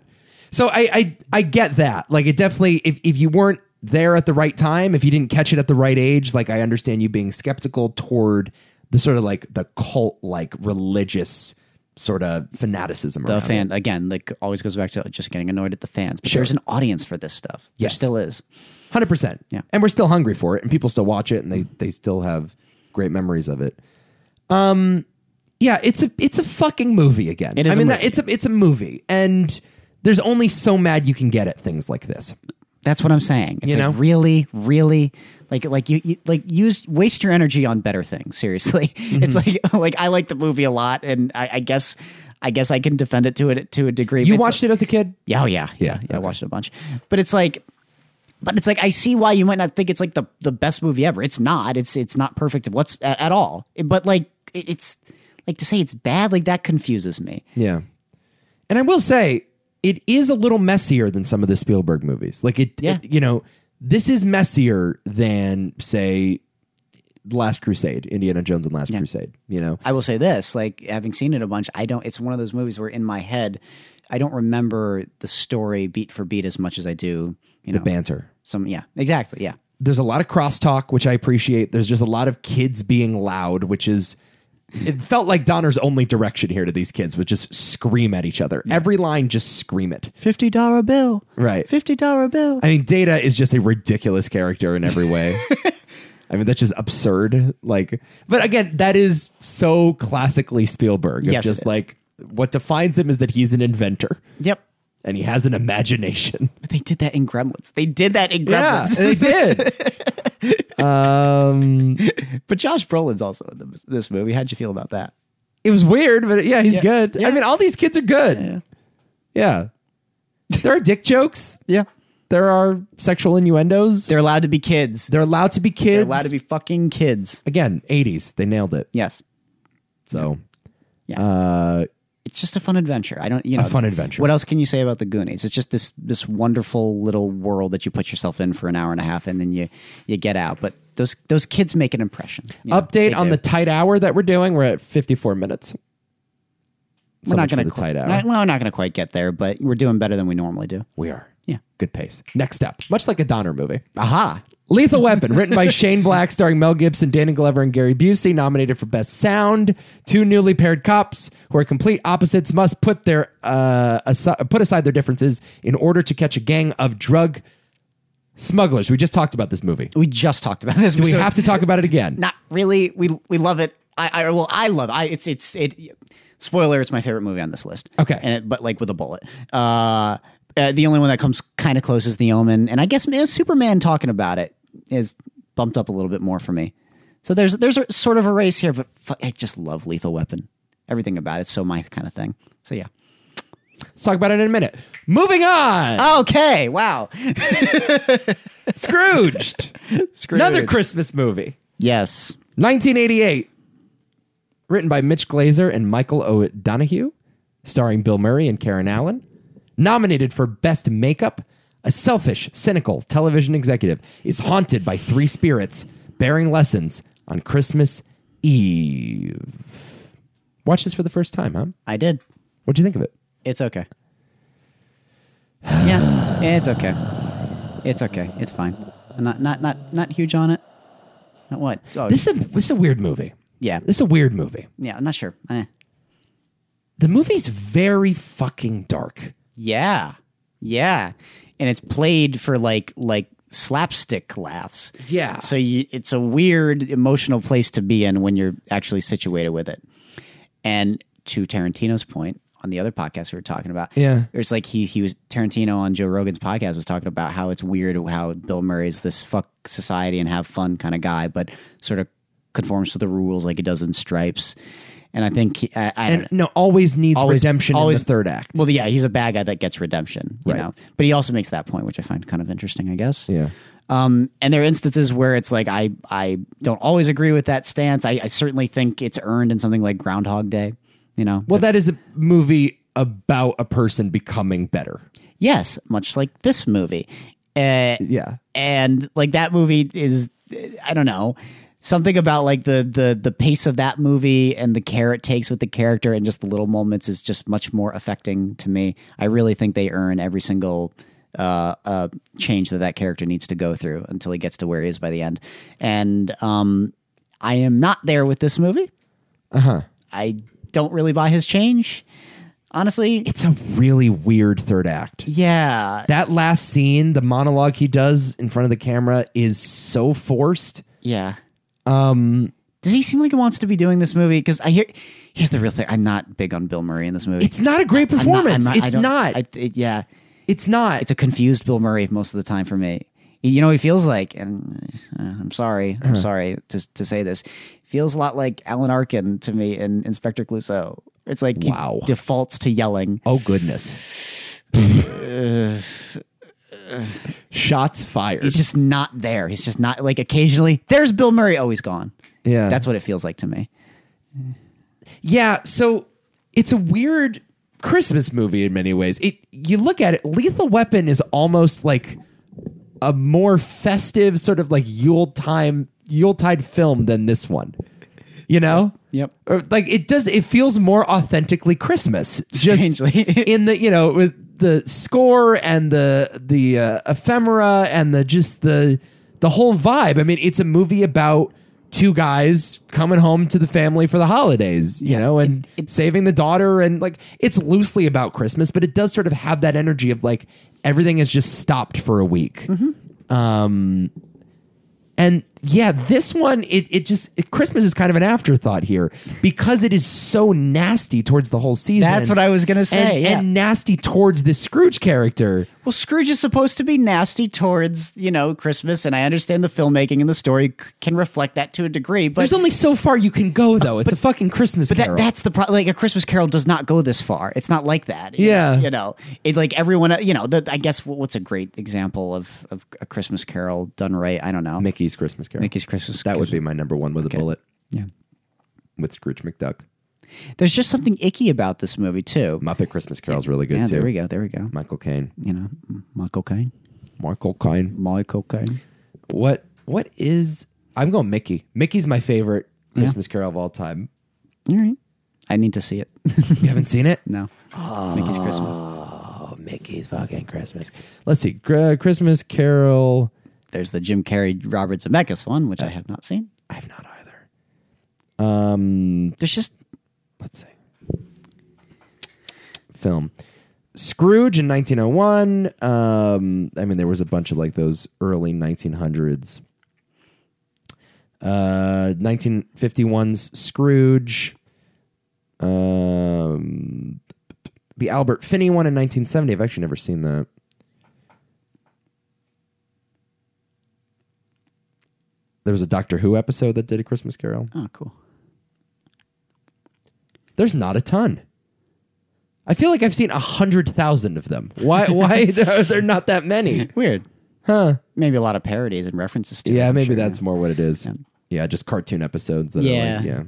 [SPEAKER 1] So I, I I get that. Like it definitely if if you weren't there at the right time, if you didn't catch it at the right age, like I understand you being skeptical toward the sort of like the cult like religious sort of fanaticism
[SPEAKER 2] The
[SPEAKER 1] around it.
[SPEAKER 2] fan again, like always goes back to just getting annoyed at the fans. But there's an audience for this stuff. There
[SPEAKER 1] Yes.
[SPEAKER 2] still is.
[SPEAKER 1] Hundred percent.
[SPEAKER 2] Yeah.
[SPEAKER 1] and we're still hungry for it, and people still watch it, and they they still have great memories of it. Um, yeah, it's a it's a fucking movie again.
[SPEAKER 2] It is
[SPEAKER 1] I
[SPEAKER 2] a
[SPEAKER 1] mean,
[SPEAKER 2] movie.
[SPEAKER 1] it's a it's a movie, and there's only so mad you can get at things like this.
[SPEAKER 2] That's what I'm saying. It's
[SPEAKER 1] You
[SPEAKER 2] like
[SPEAKER 1] know?
[SPEAKER 2] really, really like like you, you like use waste your energy on better things. Seriously, it's
[SPEAKER 1] Mm-hmm.
[SPEAKER 2] like like I like the movie a lot, and I, I guess I guess I can defend it to it to a degree.
[SPEAKER 1] You
[SPEAKER 2] It's-
[SPEAKER 1] watched it as a kid.
[SPEAKER 2] Yeah, oh yeah, yeah,
[SPEAKER 1] Yeah,
[SPEAKER 2] yeah I watched it a bunch, but it's like. But it's like I see why you might not think it's like the, the best movie ever. It's not. It's it's not perfect. What's at, at all? But like it- it's like to say it's bad. Like that confuses me.
[SPEAKER 1] Yeah, and I will say it is a little messier than some of the Spielberg movies. Like it,
[SPEAKER 2] Yeah.
[SPEAKER 1] it- you know, this is messier than say. Last Crusade, Indiana Jones and Last Crusade. You know,
[SPEAKER 2] I will say this, like having seen it a bunch, I don't it's one of those movies where in my head I don't remember the story beat for beat as much as I do, you know.
[SPEAKER 1] banter.
[SPEAKER 2] Some yeah, exactly, yeah.
[SPEAKER 1] there's a lot of crosstalk, which I appreciate. There's just a lot of kids being loud, which is it felt like Donner's only direction here to these kids was just scream at each other. Every line, just scream it.
[SPEAKER 2] Fifty dollar bill.
[SPEAKER 1] Right.
[SPEAKER 2] Fifty dollar bill.
[SPEAKER 1] I mean, Data is just a ridiculous character in every way. I mean, that's just absurd. Like, but again, that is so classically Spielberg. Of
[SPEAKER 2] Yes, it
[SPEAKER 1] just
[SPEAKER 2] is.
[SPEAKER 1] like what defines him is that he's an inventor
[SPEAKER 2] Yep.
[SPEAKER 1] and he has an imagination.
[SPEAKER 2] But they did that in Gremlins. They did that in
[SPEAKER 1] Yeah,
[SPEAKER 2] Gremlins.
[SPEAKER 1] they did. Um,
[SPEAKER 2] but Josh Brolin's also in the, this movie. How'd you feel about that?
[SPEAKER 1] it was weird, but yeah, he's good. I mean, all these kids are good. Yeah. There are dick jokes.
[SPEAKER 2] Yeah.
[SPEAKER 1] There are sexual innuendos. They're,
[SPEAKER 2] They're allowed to be kids. They're
[SPEAKER 1] allowed to be kids.
[SPEAKER 2] allowed to be fucking kids.
[SPEAKER 1] again. 80s. They nailed it.
[SPEAKER 2] Yes.
[SPEAKER 1] So
[SPEAKER 2] Yeah. it's just a fun adventure. I don't, you know,
[SPEAKER 1] fun adventure.
[SPEAKER 2] What else can you say about the Goonies? It's just this this wonderful little world that you put yourself in for an hour and a half, and then you you get out. But those those kids make an impression. you know? They
[SPEAKER 1] update on
[SPEAKER 2] do.
[SPEAKER 1] the tight hour that we're doing. We're at 54 minutes. So
[SPEAKER 2] we're not
[SPEAKER 1] much for
[SPEAKER 2] gonna
[SPEAKER 1] the
[SPEAKER 2] quite,
[SPEAKER 1] tight hour.
[SPEAKER 2] not- well, we're not gonna quite get there, but we're doing better than we normally do.
[SPEAKER 1] We are.
[SPEAKER 2] Yeah.
[SPEAKER 1] Good pace. Next up, much like a Donner movie.
[SPEAKER 2] Aha!
[SPEAKER 1] Lethal Weapon, written by Shane Black, starring Mel Gibson, Danny Glover, and Gary Busey, nominated for Best Sound. Two newly paired cops who are complete opposites must put their uh, asi- put aside their differences in order to catch a gang of drug smugglers. We just talked about this movie.
[SPEAKER 2] We just talked about this.
[SPEAKER 1] Do we have to talk about it again?
[SPEAKER 2] Not really. We we love it. I, I well, I love. I it's it's it. Spoiler: It's my favorite movie on this list.
[SPEAKER 1] Okay.
[SPEAKER 2] and it, but like with a bullet. Uh, uh, the only one that comes kind of close is The Omen, and I guess is Superman talking about it is bumped up a little bit more for me. So there's there's a, sort of a race here, but fu- I just love Lethal Weapon. everything about it. So my kind of thing. So yeah.
[SPEAKER 1] Let's talk about it in a minute. Moving on.
[SPEAKER 2] Okay. Wow.
[SPEAKER 1] Scrooged.
[SPEAKER 2] Scrooge.
[SPEAKER 1] Another Christmas movie.
[SPEAKER 2] Yes.
[SPEAKER 1] 1988. Written by Mitch Glazer and Michael O. Donahue, starring Bill Murray and Karen Allen. Nominated for Best Makeup, a selfish, cynical television executive is haunted by three spirits bearing lessons on Christmas Eve. Watch this for the first time, huh?
[SPEAKER 2] I did.
[SPEAKER 1] What'd you think of it?
[SPEAKER 2] It's okay. Yeah, it's okay. It's okay. It's fine. I'm not not not not huge on it. Not what? Oh,
[SPEAKER 1] This is a, this is a weird movie.
[SPEAKER 2] yeah,
[SPEAKER 1] This is a weird movie.
[SPEAKER 2] yeah. I'm not sure. Eh.
[SPEAKER 1] The movie's very fucking dark.
[SPEAKER 2] Yeah, yeah. And it's played for like like slapstick laughs.
[SPEAKER 1] Yeah.
[SPEAKER 2] So you, it's a weird emotional place to be in when you're actually situated with it. And to Tarantino's point on the other podcast we were talking about,
[SPEAKER 1] Yeah.
[SPEAKER 2] it's like he he was Tarantino on Joe Rogan's podcast was talking about how it's weird how Bill Murray's this fuck society and have fun kind of guy, but sort of conforms to the rules like he does in Stripes. And I think he- I, I don't
[SPEAKER 1] And no, always needs redemption
[SPEAKER 2] always-
[SPEAKER 1] in the third act.
[SPEAKER 2] well, yeah, he's a bad guy that gets redemption, you
[SPEAKER 1] Right.
[SPEAKER 2] know. But he also makes that point, which I find kind of interesting, I guess.
[SPEAKER 1] Yeah.
[SPEAKER 2] Um, and there are instances where it's like I I don't always agree with that stance. I, I certainly think it's earned in something like Groundhog Day, you know.
[SPEAKER 1] Well, that is a movie about a person becoming better.
[SPEAKER 2] yes, much like this movie. Uh,
[SPEAKER 1] Yeah.
[SPEAKER 2] and like that movie is i don't know something about like the the the pace of that movie and the care it takes with the character and just the little moments is just much more affecting to me i really think they earn every single uh, uh change that that character needs to go through until he gets to where he is by the end and um i am not there with this movie uh-huh i don't really buy his change honestly
[SPEAKER 1] It's a really weird third act.
[SPEAKER 2] yeah
[SPEAKER 1] That last scene, the monologue he does in front of the camera is so forced.
[SPEAKER 2] Yeah. Um
[SPEAKER 1] Um,
[SPEAKER 2] does he seem like he wants to be doing this movie? Because I hear here's the real thing. I'm not big on Bill Murray in this movie.
[SPEAKER 1] It's not a great
[SPEAKER 2] I'm not- I'm
[SPEAKER 1] performance.
[SPEAKER 2] not- I
[SPEAKER 1] it's
[SPEAKER 2] don't-
[SPEAKER 1] not.
[SPEAKER 2] I, it- yeah,
[SPEAKER 1] it's not.
[SPEAKER 2] it's a confused Bill Murray most of the time for me. You know, what he feels like, and uh, I'm sorry,
[SPEAKER 1] Uh-huh.
[SPEAKER 2] I'm sorry to to say this, feels a lot like Alan Arkin to me in Inspector Clouseau. It's like he
[SPEAKER 1] Wow.
[SPEAKER 2] defaults to yelling.
[SPEAKER 1] oh goodness. Shots fired.
[SPEAKER 2] He's just not there. He's just not like occasionally. There's Bill Murray. Oh, he's gone.
[SPEAKER 1] yeah.
[SPEAKER 2] That's what it feels like to me.
[SPEAKER 1] Yeah, so it's a weird Christmas movie in many ways. It you look at it, Lethal Weapon is almost like a more festive sort of like Yule time Yuletide film than this one. You know?
[SPEAKER 2] Yep.
[SPEAKER 1] Or, like it does it feels more authentically Christmas. Just
[SPEAKER 2] Strangely.
[SPEAKER 1] in the, you know, with the score and the the uh, ephemera and the just the the whole vibe. I mean, it's a movie about two guys coming home to the family for the holidays, you know, and saving the daughter and like it's loosely about Christmas, but it does sort of have that energy of like everything has just stopped for a week. Um and yeah, this one it it just it, Christmas is kind of an afterthought here because it is so nasty towards the whole season.
[SPEAKER 2] That's what I was gonna say,
[SPEAKER 1] And,
[SPEAKER 2] yeah.
[SPEAKER 1] and nasty towards this Scrooge character.
[SPEAKER 2] Well, Scrooge is supposed to be nasty towards, you know, Christmas, and I understand the filmmaking and the story c- can reflect that to a degree, but
[SPEAKER 1] There's only so far you can go though. It's a fucking Christmas
[SPEAKER 2] but that,
[SPEAKER 1] carol.
[SPEAKER 2] that's the problem. Like, a Christmas Carol does not go this far. It's not like that. you
[SPEAKER 1] Yeah.
[SPEAKER 2] know- You know, it like everyone, uh, you know, the, I guess what- what's a great example of, of a Christmas Carol done right? I don't know.
[SPEAKER 1] Mickey's Christmas Carol.
[SPEAKER 2] Mickey's Christmas
[SPEAKER 1] That would be my number one with a bullet.
[SPEAKER 2] Yeah.
[SPEAKER 1] With Scrooge McDuck.
[SPEAKER 2] There's just something icky about this movie, too.
[SPEAKER 1] Muppet Christmas Carol's really good
[SPEAKER 2] yeah,
[SPEAKER 1] too.
[SPEAKER 2] there we go. There we go.
[SPEAKER 1] Michael Caine.
[SPEAKER 2] You know, my cocaine,
[SPEAKER 1] Michael Caine.
[SPEAKER 2] my cocaine.
[SPEAKER 1] What what is I'm going Mickey. Mickey's my favorite Christmas Carol of all time.
[SPEAKER 2] All right. I need to see it.
[SPEAKER 1] You haven't seen it?
[SPEAKER 2] no. Mickey's Christmas.
[SPEAKER 1] Oh, Mickey's fucking Christmas. Let's see. Gr- Christmas Carol.
[SPEAKER 2] There's the Jim Carrey, Robert Zemeckis one, which I have not seen.
[SPEAKER 1] I've not either. Um,
[SPEAKER 2] There's just
[SPEAKER 1] let's see. Film. Scrooge in 1901. Um, I mean, there was a bunch of like those early 1900s. Uh, 1951's Scrooge. Um, the Albert Finney one in 1970. I've actually never seen that. There was a Doctor Who episode that did a Christmas Carol.
[SPEAKER 2] oh cool.
[SPEAKER 1] There's not a ton. I feel like I've seen a hundred thousand of them. Why? Why are there not that many?
[SPEAKER 2] Weird. Huh. Maybe a lot of parodies and references to it,
[SPEAKER 1] Yeah,
[SPEAKER 2] I'm
[SPEAKER 1] maybe
[SPEAKER 2] sure.
[SPEAKER 1] that's more what it is. Yeah, just cartoon episodes. That yeah,
[SPEAKER 2] Yeah.
[SPEAKER 1] like, yeah,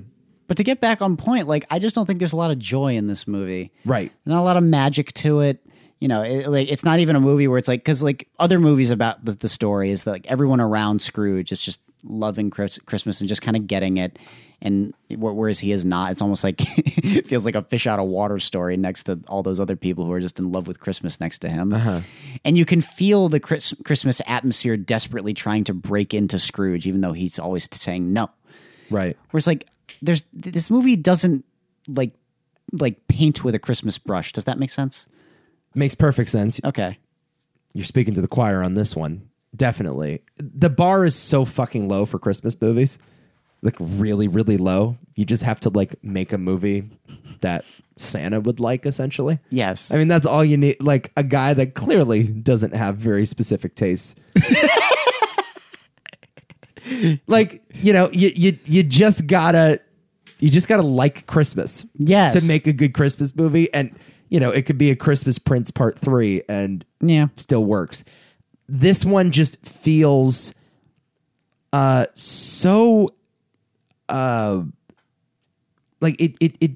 [SPEAKER 2] But to get back on point, like I just don't think there's a lot of joy in this movie.
[SPEAKER 1] Right.
[SPEAKER 2] Not a lot of magic to it. You know, it, like it's not even a movie where it's like because like other movies about the, the story is that like everyone around Scrooge is just loving Chris, Christmas and just kind of getting it. And wh- whereas he is not, it's almost like it feels like a fish out of water story next to all those other people who are just in love with Christmas next to him. And you can feel the Chris, Christmas atmosphere desperately trying to break into Scrooge, even though he's always saying no
[SPEAKER 1] right.
[SPEAKER 2] where it's like there's th- this movie doesn't like like paint with a christmas brush does that make sense
[SPEAKER 1] Makes perfect sense.
[SPEAKER 2] okay
[SPEAKER 1] You're speaking to the choir on this one. Definitely, the bar is so fucking low for Christmas movies. Like really, really low. You just have to like make a movie that Santa would like, essentially.
[SPEAKER 2] yes
[SPEAKER 1] I mean, that's all you need. Like a guy that clearly doesn't have very specific tastes. like you know, you you you just gotta you just gotta like Christmas.
[SPEAKER 2] Yes.
[SPEAKER 1] To make a good Christmas movie, and you know, it could be a Christmas Prince Part Three, and
[SPEAKER 2] yeah
[SPEAKER 1] still works. This one just feels uh so uh like it it it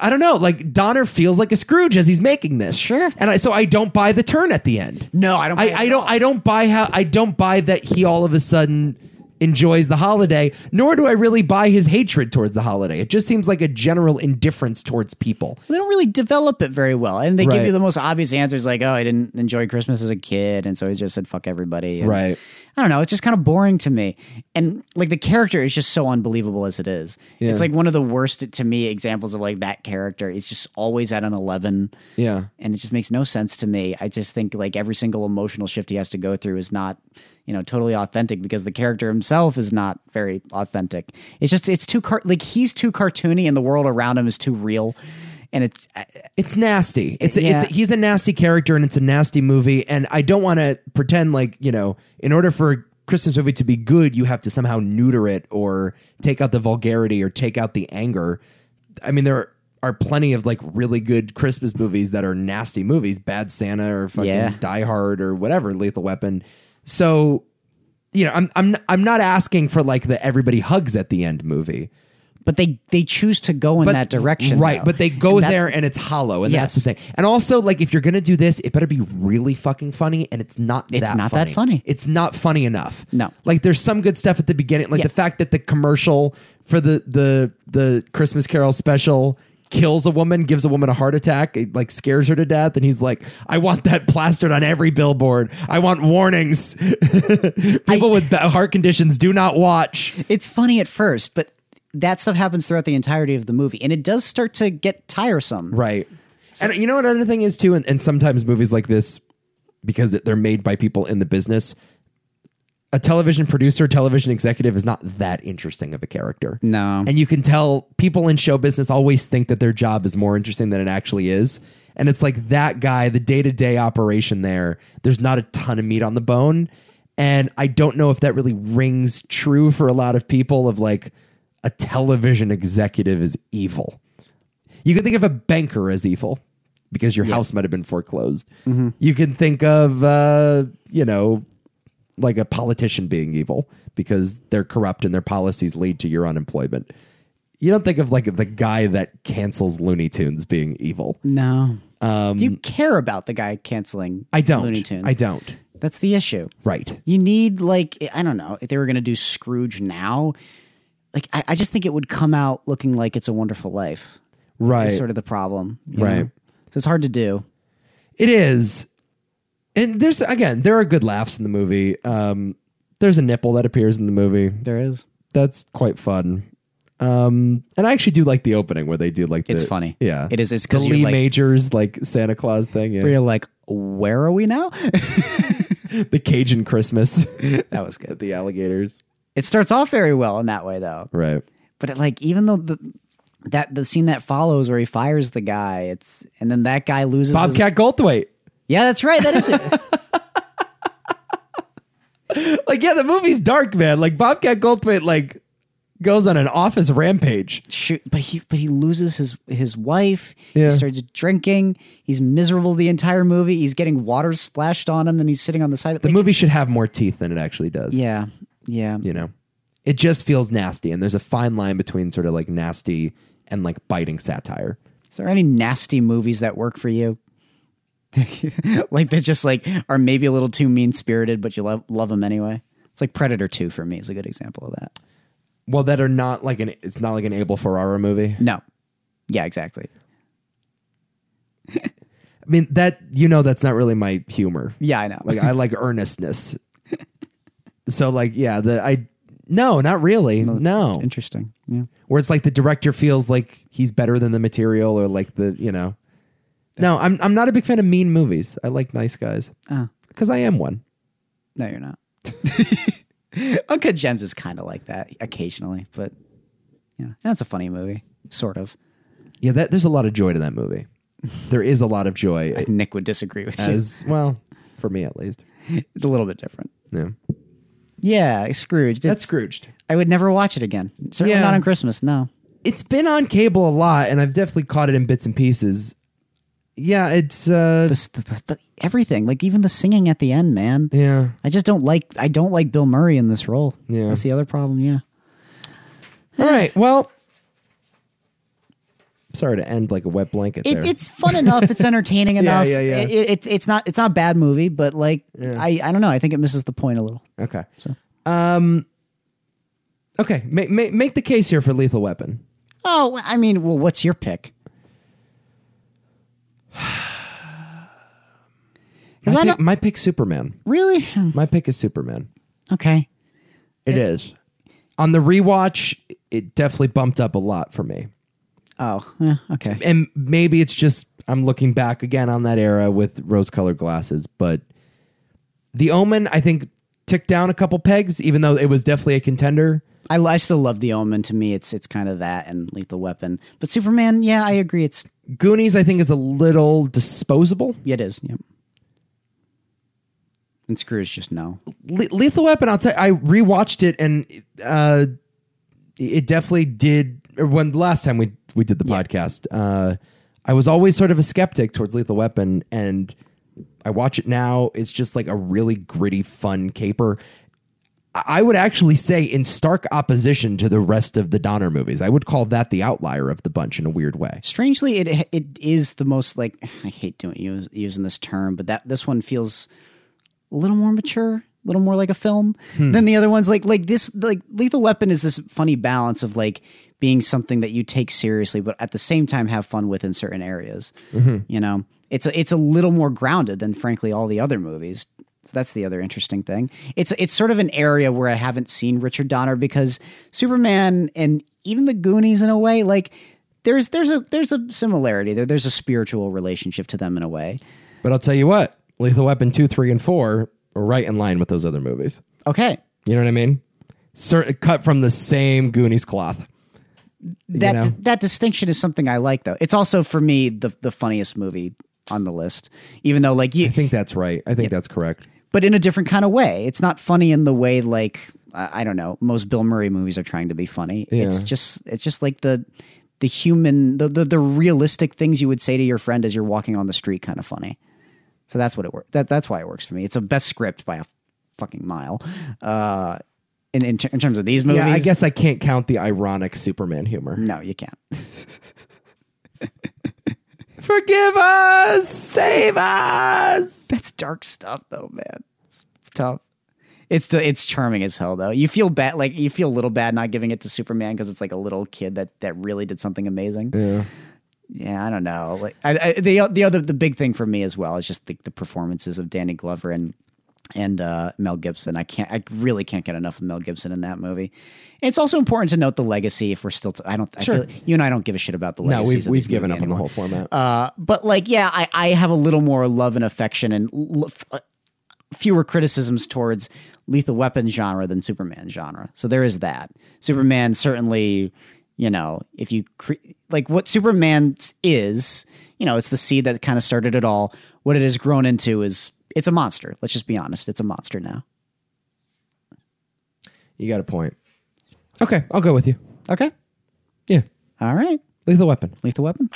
[SPEAKER 1] I don't know. Like Donner feels like a Scrooge as he's making this.
[SPEAKER 2] Sure.
[SPEAKER 1] and I so I don't buy the turn at the end.
[SPEAKER 2] No, I don't buy it
[SPEAKER 1] I, I
[SPEAKER 2] at
[SPEAKER 1] don't. I don't buy how. I don't buy that he all of a sudden enjoys the holiday. Nor do I really buy his hatred towards the holiday. It just seems like a general indifference towards people.
[SPEAKER 2] they don't really develop it very well and they
[SPEAKER 1] Right.
[SPEAKER 2] give you the most obvious answers like oh i didn't enjoy christmas as a kid and so he just said fuck everybody And
[SPEAKER 1] Right.
[SPEAKER 2] i don't know it's just kind of boring to me and like the character is just so unbelievable as it is it's like one of the worst to me examples of like that character it's just always at an 11
[SPEAKER 1] Yeah.
[SPEAKER 2] and it just makes no sense to me. I just think like every single emotional shift he has to go through is not, you know, totally authentic because the character himself is not very authentic. It's just it's too car- like he's too cartoony and the world around him is too real, and it's I-
[SPEAKER 1] It's nasty. It's a,
[SPEAKER 2] Yeah.
[SPEAKER 1] it's a, he's a nasty character and it's a nasty movie and I don't want to pretend like, you know, in order for a Christmas movie to be good, you have to somehow neuter it or take out the vulgarity or take out the anger. I mean, there are plenty of like really good Christmas movies that are nasty movies, Bad Santa or fucking
[SPEAKER 2] Yeah.
[SPEAKER 1] Die Hard or whatever, Lethal Weapon. So, you know, I'm I'm I'm not asking for like the everybody hugs at the end movie
[SPEAKER 2] but they they choose to go in that direction,
[SPEAKER 1] right?
[SPEAKER 2] though.
[SPEAKER 1] But they go
[SPEAKER 2] And that's-
[SPEAKER 1] there and it's hollow, and that's
[SPEAKER 2] Yes.
[SPEAKER 1] the thing. And also, like, if you're gonna do this, it better be really fucking funny, and it's not.
[SPEAKER 2] It's
[SPEAKER 1] that
[SPEAKER 2] not
[SPEAKER 1] funny.
[SPEAKER 2] that funny.
[SPEAKER 1] It's not funny enough.
[SPEAKER 2] No.
[SPEAKER 1] like there's some good stuff at the beginning, like
[SPEAKER 2] Yeah.
[SPEAKER 1] the fact that the commercial for the the the Christmas Carol special kills a woman, gives a woman a heart attack, it like scares her to death, and he's like, "I want that plastered on every billboard. I want warnings. People with ba- heart conditions do not watch."
[SPEAKER 2] It's funny at first, but that stuff happens throughout the entirety of the movie, and it does start to get tiresome.
[SPEAKER 1] Right. and you know what another thing is too, and, and sometimes movies like this, because they're made by people in the business, a television producer, television executive is not that interesting of a character.
[SPEAKER 2] No.
[SPEAKER 1] And you can tell people in show business always think that their job is more interesting than it actually is. And it's like that guy, the day to day operation there, there's not a ton of meat on the bone. And I don't know if that really rings true for a lot of people of like a television executive is evil. You can think of a banker as evil because your house might have been foreclosed.
[SPEAKER 2] Mm-hmm.
[SPEAKER 1] You can think of, uh, you know, like a politician being evil because they're corrupt and their policies lead to your unemployment. You don't think of like the guy that cancels Looney Tunes being evil.
[SPEAKER 2] No. Do you care about the guy canceling?
[SPEAKER 1] Um, I don't.
[SPEAKER 2] Looney Tunes.
[SPEAKER 1] I don't.
[SPEAKER 2] That's the issue.
[SPEAKER 1] Right.
[SPEAKER 2] You need like I don't know if they were gonna do Scrooge now. Like I, I just think it would come out looking like it's a Wonderful Life.
[SPEAKER 1] Right.
[SPEAKER 2] Is sort of the problem, you
[SPEAKER 1] Right.
[SPEAKER 2] know? So it's hard to do.
[SPEAKER 1] It is. And there's again, there are good laughs in the movie. Um, there's a nipple that appears in the movie.
[SPEAKER 2] There is.
[SPEAKER 1] That's quite fun. Um, and I actually do like the opening where they do like the,
[SPEAKER 2] It's funny.
[SPEAKER 1] Yeah,
[SPEAKER 2] It is- it's
[SPEAKER 1] the
[SPEAKER 2] 'cause you're
[SPEAKER 1] Lee
[SPEAKER 2] like-
[SPEAKER 1] Majors like Santa Claus thing.
[SPEAKER 2] Where
[SPEAKER 1] Yeah.
[SPEAKER 2] you're like, where are we now?
[SPEAKER 1] The Cajun Christmas,
[SPEAKER 2] that was good.
[SPEAKER 1] the alligators.
[SPEAKER 2] It starts off very well in that way though.
[SPEAKER 1] Right.
[SPEAKER 2] But it, like even though the that the scene that follows where he fires the guy, it's and then that guy loses his-
[SPEAKER 1] Bobcat Goldthwait.
[SPEAKER 2] yeah, that's right. That is it.
[SPEAKER 1] Like, yeah, the movie's dark, man. Like Bobcat Goldthwait, like goes on an office rampage.
[SPEAKER 2] shoot, but he but he loses his his wife.
[SPEAKER 1] Yeah.
[SPEAKER 2] He starts drinking. He's miserable the entire movie. He's getting water splashed on him, and he's sitting on the side. of
[SPEAKER 1] The movie should have more teeth than it actually does.
[SPEAKER 2] Yeah, yeah,
[SPEAKER 1] You know, it just feels nasty. And there's a fine line between sort of like nasty and like biting satire.
[SPEAKER 2] Is there any nasty movies that work for you? like that just like are maybe a little too mean spirited, but you love love them anyway. It's like Predator Two for me is a good example of that.
[SPEAKER 1] Well, that are not like an, it's not like an Abel Ferrara movie.
[SPEAKER 2] No, yeah, exactly.
[SPEAKER 1] I mean, that, you know, that's not really my humor.
[SPEAKER 2] Yeah, I know.
[SPEAKER 1] Like I like earnestness. so like, yeah, the, I, no, not really. No.
[SPEAKER 2] Interesting. Yeah,
[SPEAKER 1] Where it's like the director feels like he's better than the material or like the, you know, no, I'm, I'm not a big fan of mean movies. I like nice guys
[SPEAKER 2] Oh.
[SPEAKER 1] because I am one.
[SPEAKER 2] no, you're not. Uncut Gems is kind of like that occasionally, but you know that's a funny movie, sort of.
[SPEAKER 1] Yeah, that, there's a lot of joy to that movie. There is a lot of joy
[SPEAKER 2] Nick would disagree with you.
[SPEAKER 1] as well, for me at least.
[SPEAKER 2] It's a little bit different.
[SPEAKER 1] Yeah.
[SPEAKER 2] Yeah, Scrooge.
[SPEAKER 1] That's
[SPEAKER 2] That's
[SPEAKER 1] Scrooged.
[SPEAKER 2] I would never watch it again. Certainly
[SPEAKER 1] Yeah.
[SPEAKER 2] not on Christmas. No.
[SPEAKER 1] It's been on cable a lot, and I've definitely caught it in bits and pieces. Yeah, it's uh
[SPEAKER 2] This- th- th- th- everything, like even the singing at the end, man.
[SPEAKER 1] yeah.
[SPEAKER 2] I just don't like. I don't like Bill Murray in this role.
[SPEAKER 1] Yeah.
[SPEAKER 2] that's the other problem. Yeah,
[SPEAKER 1] All right. Well sorry to end like a wet blanket
[SPEAKER 2] it,
[SPEAKER 1] there.
[SPEAKER 2] it's fun enough. It's entertaining enough.
[SPEAKER 1] yeah, yeah.
[SPEAKER 2] It, it- it's not. It's not a bad movie, but like, I I don't know. I think it misses the point a little.
[SPEAKER 1] okay. Um Okay, make, make make the case here for Lethal Weapon.
[SPEAKER 2] Oh, I mean, well, what's your pick? Is
[SPEAKER 1] My
[SPEAKER 2] that
[SPEAKER 1] pick, my pick Superman.
[SPEAKER 2] really Hmm,
[SPEAKER 1] My pick is Superman.
[SPEAKER 2] okay?
[SPEAKER 1] it is. On the rewatch, it definitely bumped up a lot for me.
[SPEAKER 2] Oh, yeah, okay.
[SPEAKER 1] and maybe it's just I'm looking back again on that era with rose colored glasses, but The Omen, I think, ticked down a couple pegs, even though it was definitely a contender.
[SPEAKER 2] I, I still love The Omen. To me, it's it's kind of that and Lethal Weapon. But Superman, yeah, I agree. It's
[SPEAKER 1] Goonies, I think, is a little disposable.
[SPEAKER 2] yeah, it is. Yep. And Scrooge just no.
[SPEAKER 1] Le- Lethal Weapon, I'll tell I rewatched it and uh, it definitely did. Or when the last time we we did the podcast, uh, I was always sort of a skeptic towards Lethal Weapon, and I watch it now. It's just like a really gritty, fun caper. I- I would actually say in stark opposition to the rest of the Donner movies. I would call that the outlier of the bunch in a weird way.
[SPEAKER 2] Strangely, it it is the most like I hate doing use, using this term, but that this one feels a little more mature, a little more like a film than the other ones. Like like this like Lethal Weapon is this funny balance of like being something that you take seriously, but at the same time have fun with in certain areas. You know, it's a, it's a little more grounded than frankly all the other movies. So that's the other interesting thing. It's it's sort of an area where I haven't seen Richard Donner because Superman and even the Goonies in a way like. There's there's a there's a similarity there. There's a spiritual relationship to them in a way.
[SPEAKER 1] But I'll tell you what, Lethal Weapon 2, 3, and 4 are right in line with those other movies.
[SPEAKER 2] Okay,
[SPEAKER 1] You know what I mean? Cer- cut from the same Goonies cloth.
[SPEAKER 2] that
[SPEAKER 1] know?
[SPEAKER 2] that distinction is something I like though. It's also for me the the funniest movie on the list, even though like you,
[SPEAKER 1] I think that's right. I think that's correct.
[SPEAKER 2] but in a different kind of way. It's not funny in the way like I I don't know most Bill Murray movies are trying to be funny. It's
[SPEAKER 1] Yeah.
[SPEAKER 2] just it's just like the the human the, the the realistic things you would say to your friend as you're walking on the street kind of funny. So that's what it works. That that's why it works for me. It's a best script by a fucking mile. Uh, in in, ter- in terms of these movies,
[SPEAKER 1] Yeah, I guess I can't count the ironic Superman humor.
[SPEAKER 2] no, you can't.
[SPEAKER 1] Forgive us, save us.
[SPEAKER 2] That's dark stuff, though, man. It's, it's tough. It's t- it's charming as hell, though. You feel bad, like you feel a little bad not giving it to Superman because it's like a little kid that that really did something amazing. Yeah, yeah. I don't know. Like I, I, the the other the big thing for me as well is just the, the performances of Danny Glover and and uh, Mel Gibson. I can't. I really can't get enough of Mel Gibson in that movie. It's also important to note the legacy. If we're still, t- I don't. I feel, you and I don't give a shit about the
[SPEAKER 1] No,
[SPEAKER 2] legacy.
[SPEAKER 1] we've, we've given up on the whole format.
[SPEAKER 2] Uh, but like, yeah, I, I have a little more love and affection and l- f- uh, fewer criticisms towards lethal weapon genre than Superman genre. So there is that. Superman certainly, you know, if you cre- like what Superman is, you know, it's the seed that kind of started it all. What it has grown into is it's a monster. Let's just be honest, it's a monster now.
[SPEAKER 1] you got a point. Okay, I'll go with you. Uh,
[SPEAKER 2] Okay.
[SPEAKER 1] Yeah,
[SPEAKER 2] All right.
[SPEAKER 1] Lethal Weapon.
[SPEAKER 2] Lethal Weapon.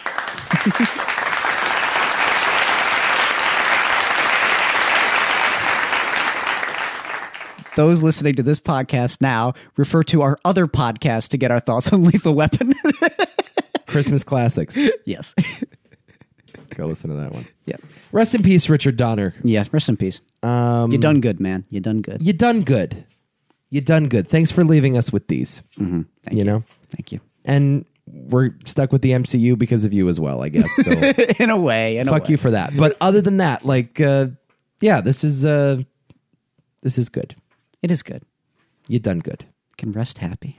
[SPEAKER 2] Those listening to this podcast now refer to our other podcast to get our thoughts on Lethal Weapon.
[SPEAKER 1] Christmas classics.
[SPEAKER 2] yes.
[SPEAKER 1] go listen to that one.
[SPEAKER 2] yeah.
[SPEAKER 1] Rest in peace, Richard Donner.
[SPEAKER 2] Yeah. Rest in peace. Um, you done good, man. You done good.
[SPEAKER 1] You done good. You done good. Thanks for leaving us with these. Mm-hmm.
[SPEAKER 2] Thank
[SPEAKER 1] you know,
[SPEAKER 2] Thank you.
[SPEAKER 1] and we're stuck with the MCU because of you as well, I guess. So.
[SPEAKER 2] in a way. In a
[SPEAKER 1] fuck
[SPEAKER 2] way.
[SPEAKER 1] you for that. But other than that, like, uh, yeah, this is uh, this is good.
[SPEAKER 2] It is good.
[SPEAKER 1] You done good.
[SPEAKER 2] Can rest happy.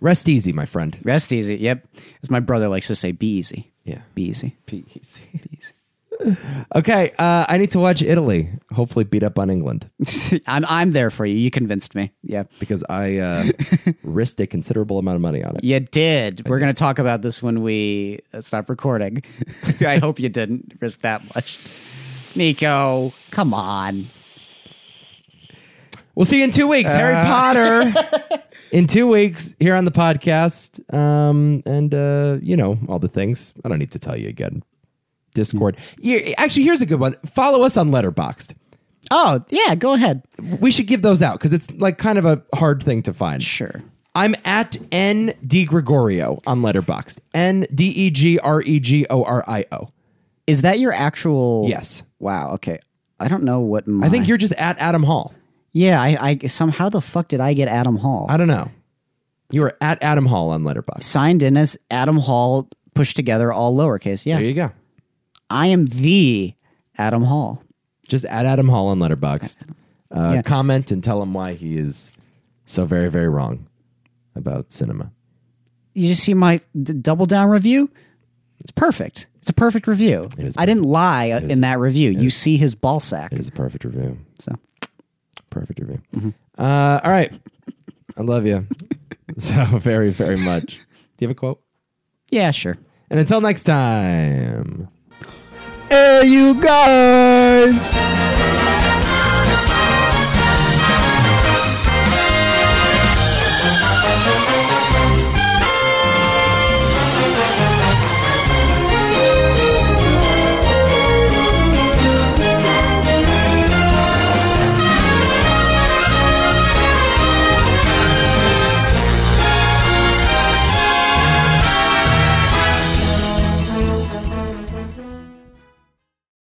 [SPEAKER 1] Rest easy, my friend.
[SPEAKER 2] Rest easy. Yep. As my brother likes to say, be easy.
[SPEAKER 1] Yeah.
[SPEAKER 2] Be easy.
[SPEAKER 1] Peace. okay, uh, I need to watch Italy. Hopefully, beat up on England
[SPEAKER 2] I'm I'm there for you. You convinced me. Yeah.
[SPEAKER 1] because I uh, risked a considerable amount of money on it.
[SPEAKER 2] You did. We're going to talk about this when we uh, stop recording. I hope you didn't risk that much. Nico, come on.
[SPEAKER 1] We'll see you in two weeks. Harry Potter. In two weeks, here on the podcast, um, and uh, you know all the things. I don't need to tell you again. Discord. Yeah, actually, here's a good one. Follow us on Letterboxd.
[SPEAKER 2] Oh, yeah, go ahead.
[SPEAKER 1] we should give those out because it's like kind of a hard thing to find.
[SPEAKER 2] Sure.
[SPEAKER 1] I'm at N D Gregorio on Letterboxd. N D E G R E G O R I O.
[SPEAKER 2] Is that your actual
[SPEAKER 1] Yes.
[SPEAKER 2] Wow, okay. I don't know what my
[SPEAKER 1] I think you're just at Adam Hall.
[SPEAKER 2] Yeah, I, I somehow the fuck did I get Adam Hall?
[SPEAKER 1] I don't know. You were at Adam Hall on Letterboxd.
[SPEAKER 2] Signed in as Adam Hall pushed together all lowercase. Yeah.
[SPEAKER 1] There you go.
[SPEAKER 2] I am the Adam Hall.
[SPEAKER 1] Just at Adam Hall on Letterboxd. Uh,
[SPEAKER 2] Yeah.
[SPEAKER 1] Comment and tell him why he is so very, very wrong about cinema.
[SPEAKER 2] you just see my d- double down review it's perfect it's a perfect review
[SPEAKER 1] is
[SPEAKER 2] i didn't lie uh, in that review you see his ball sack
[SPEAKER 1] It is a perfect review.
[SPEAKER 2] so
[SPEAKER 1] Perfect review. Uh, all right. I love you so very, very much. Do you have a quote?
[SPEAKER 2] yeah sure
[SPEAKER 1] And until next time.
[SPEAKER 2] hey you guys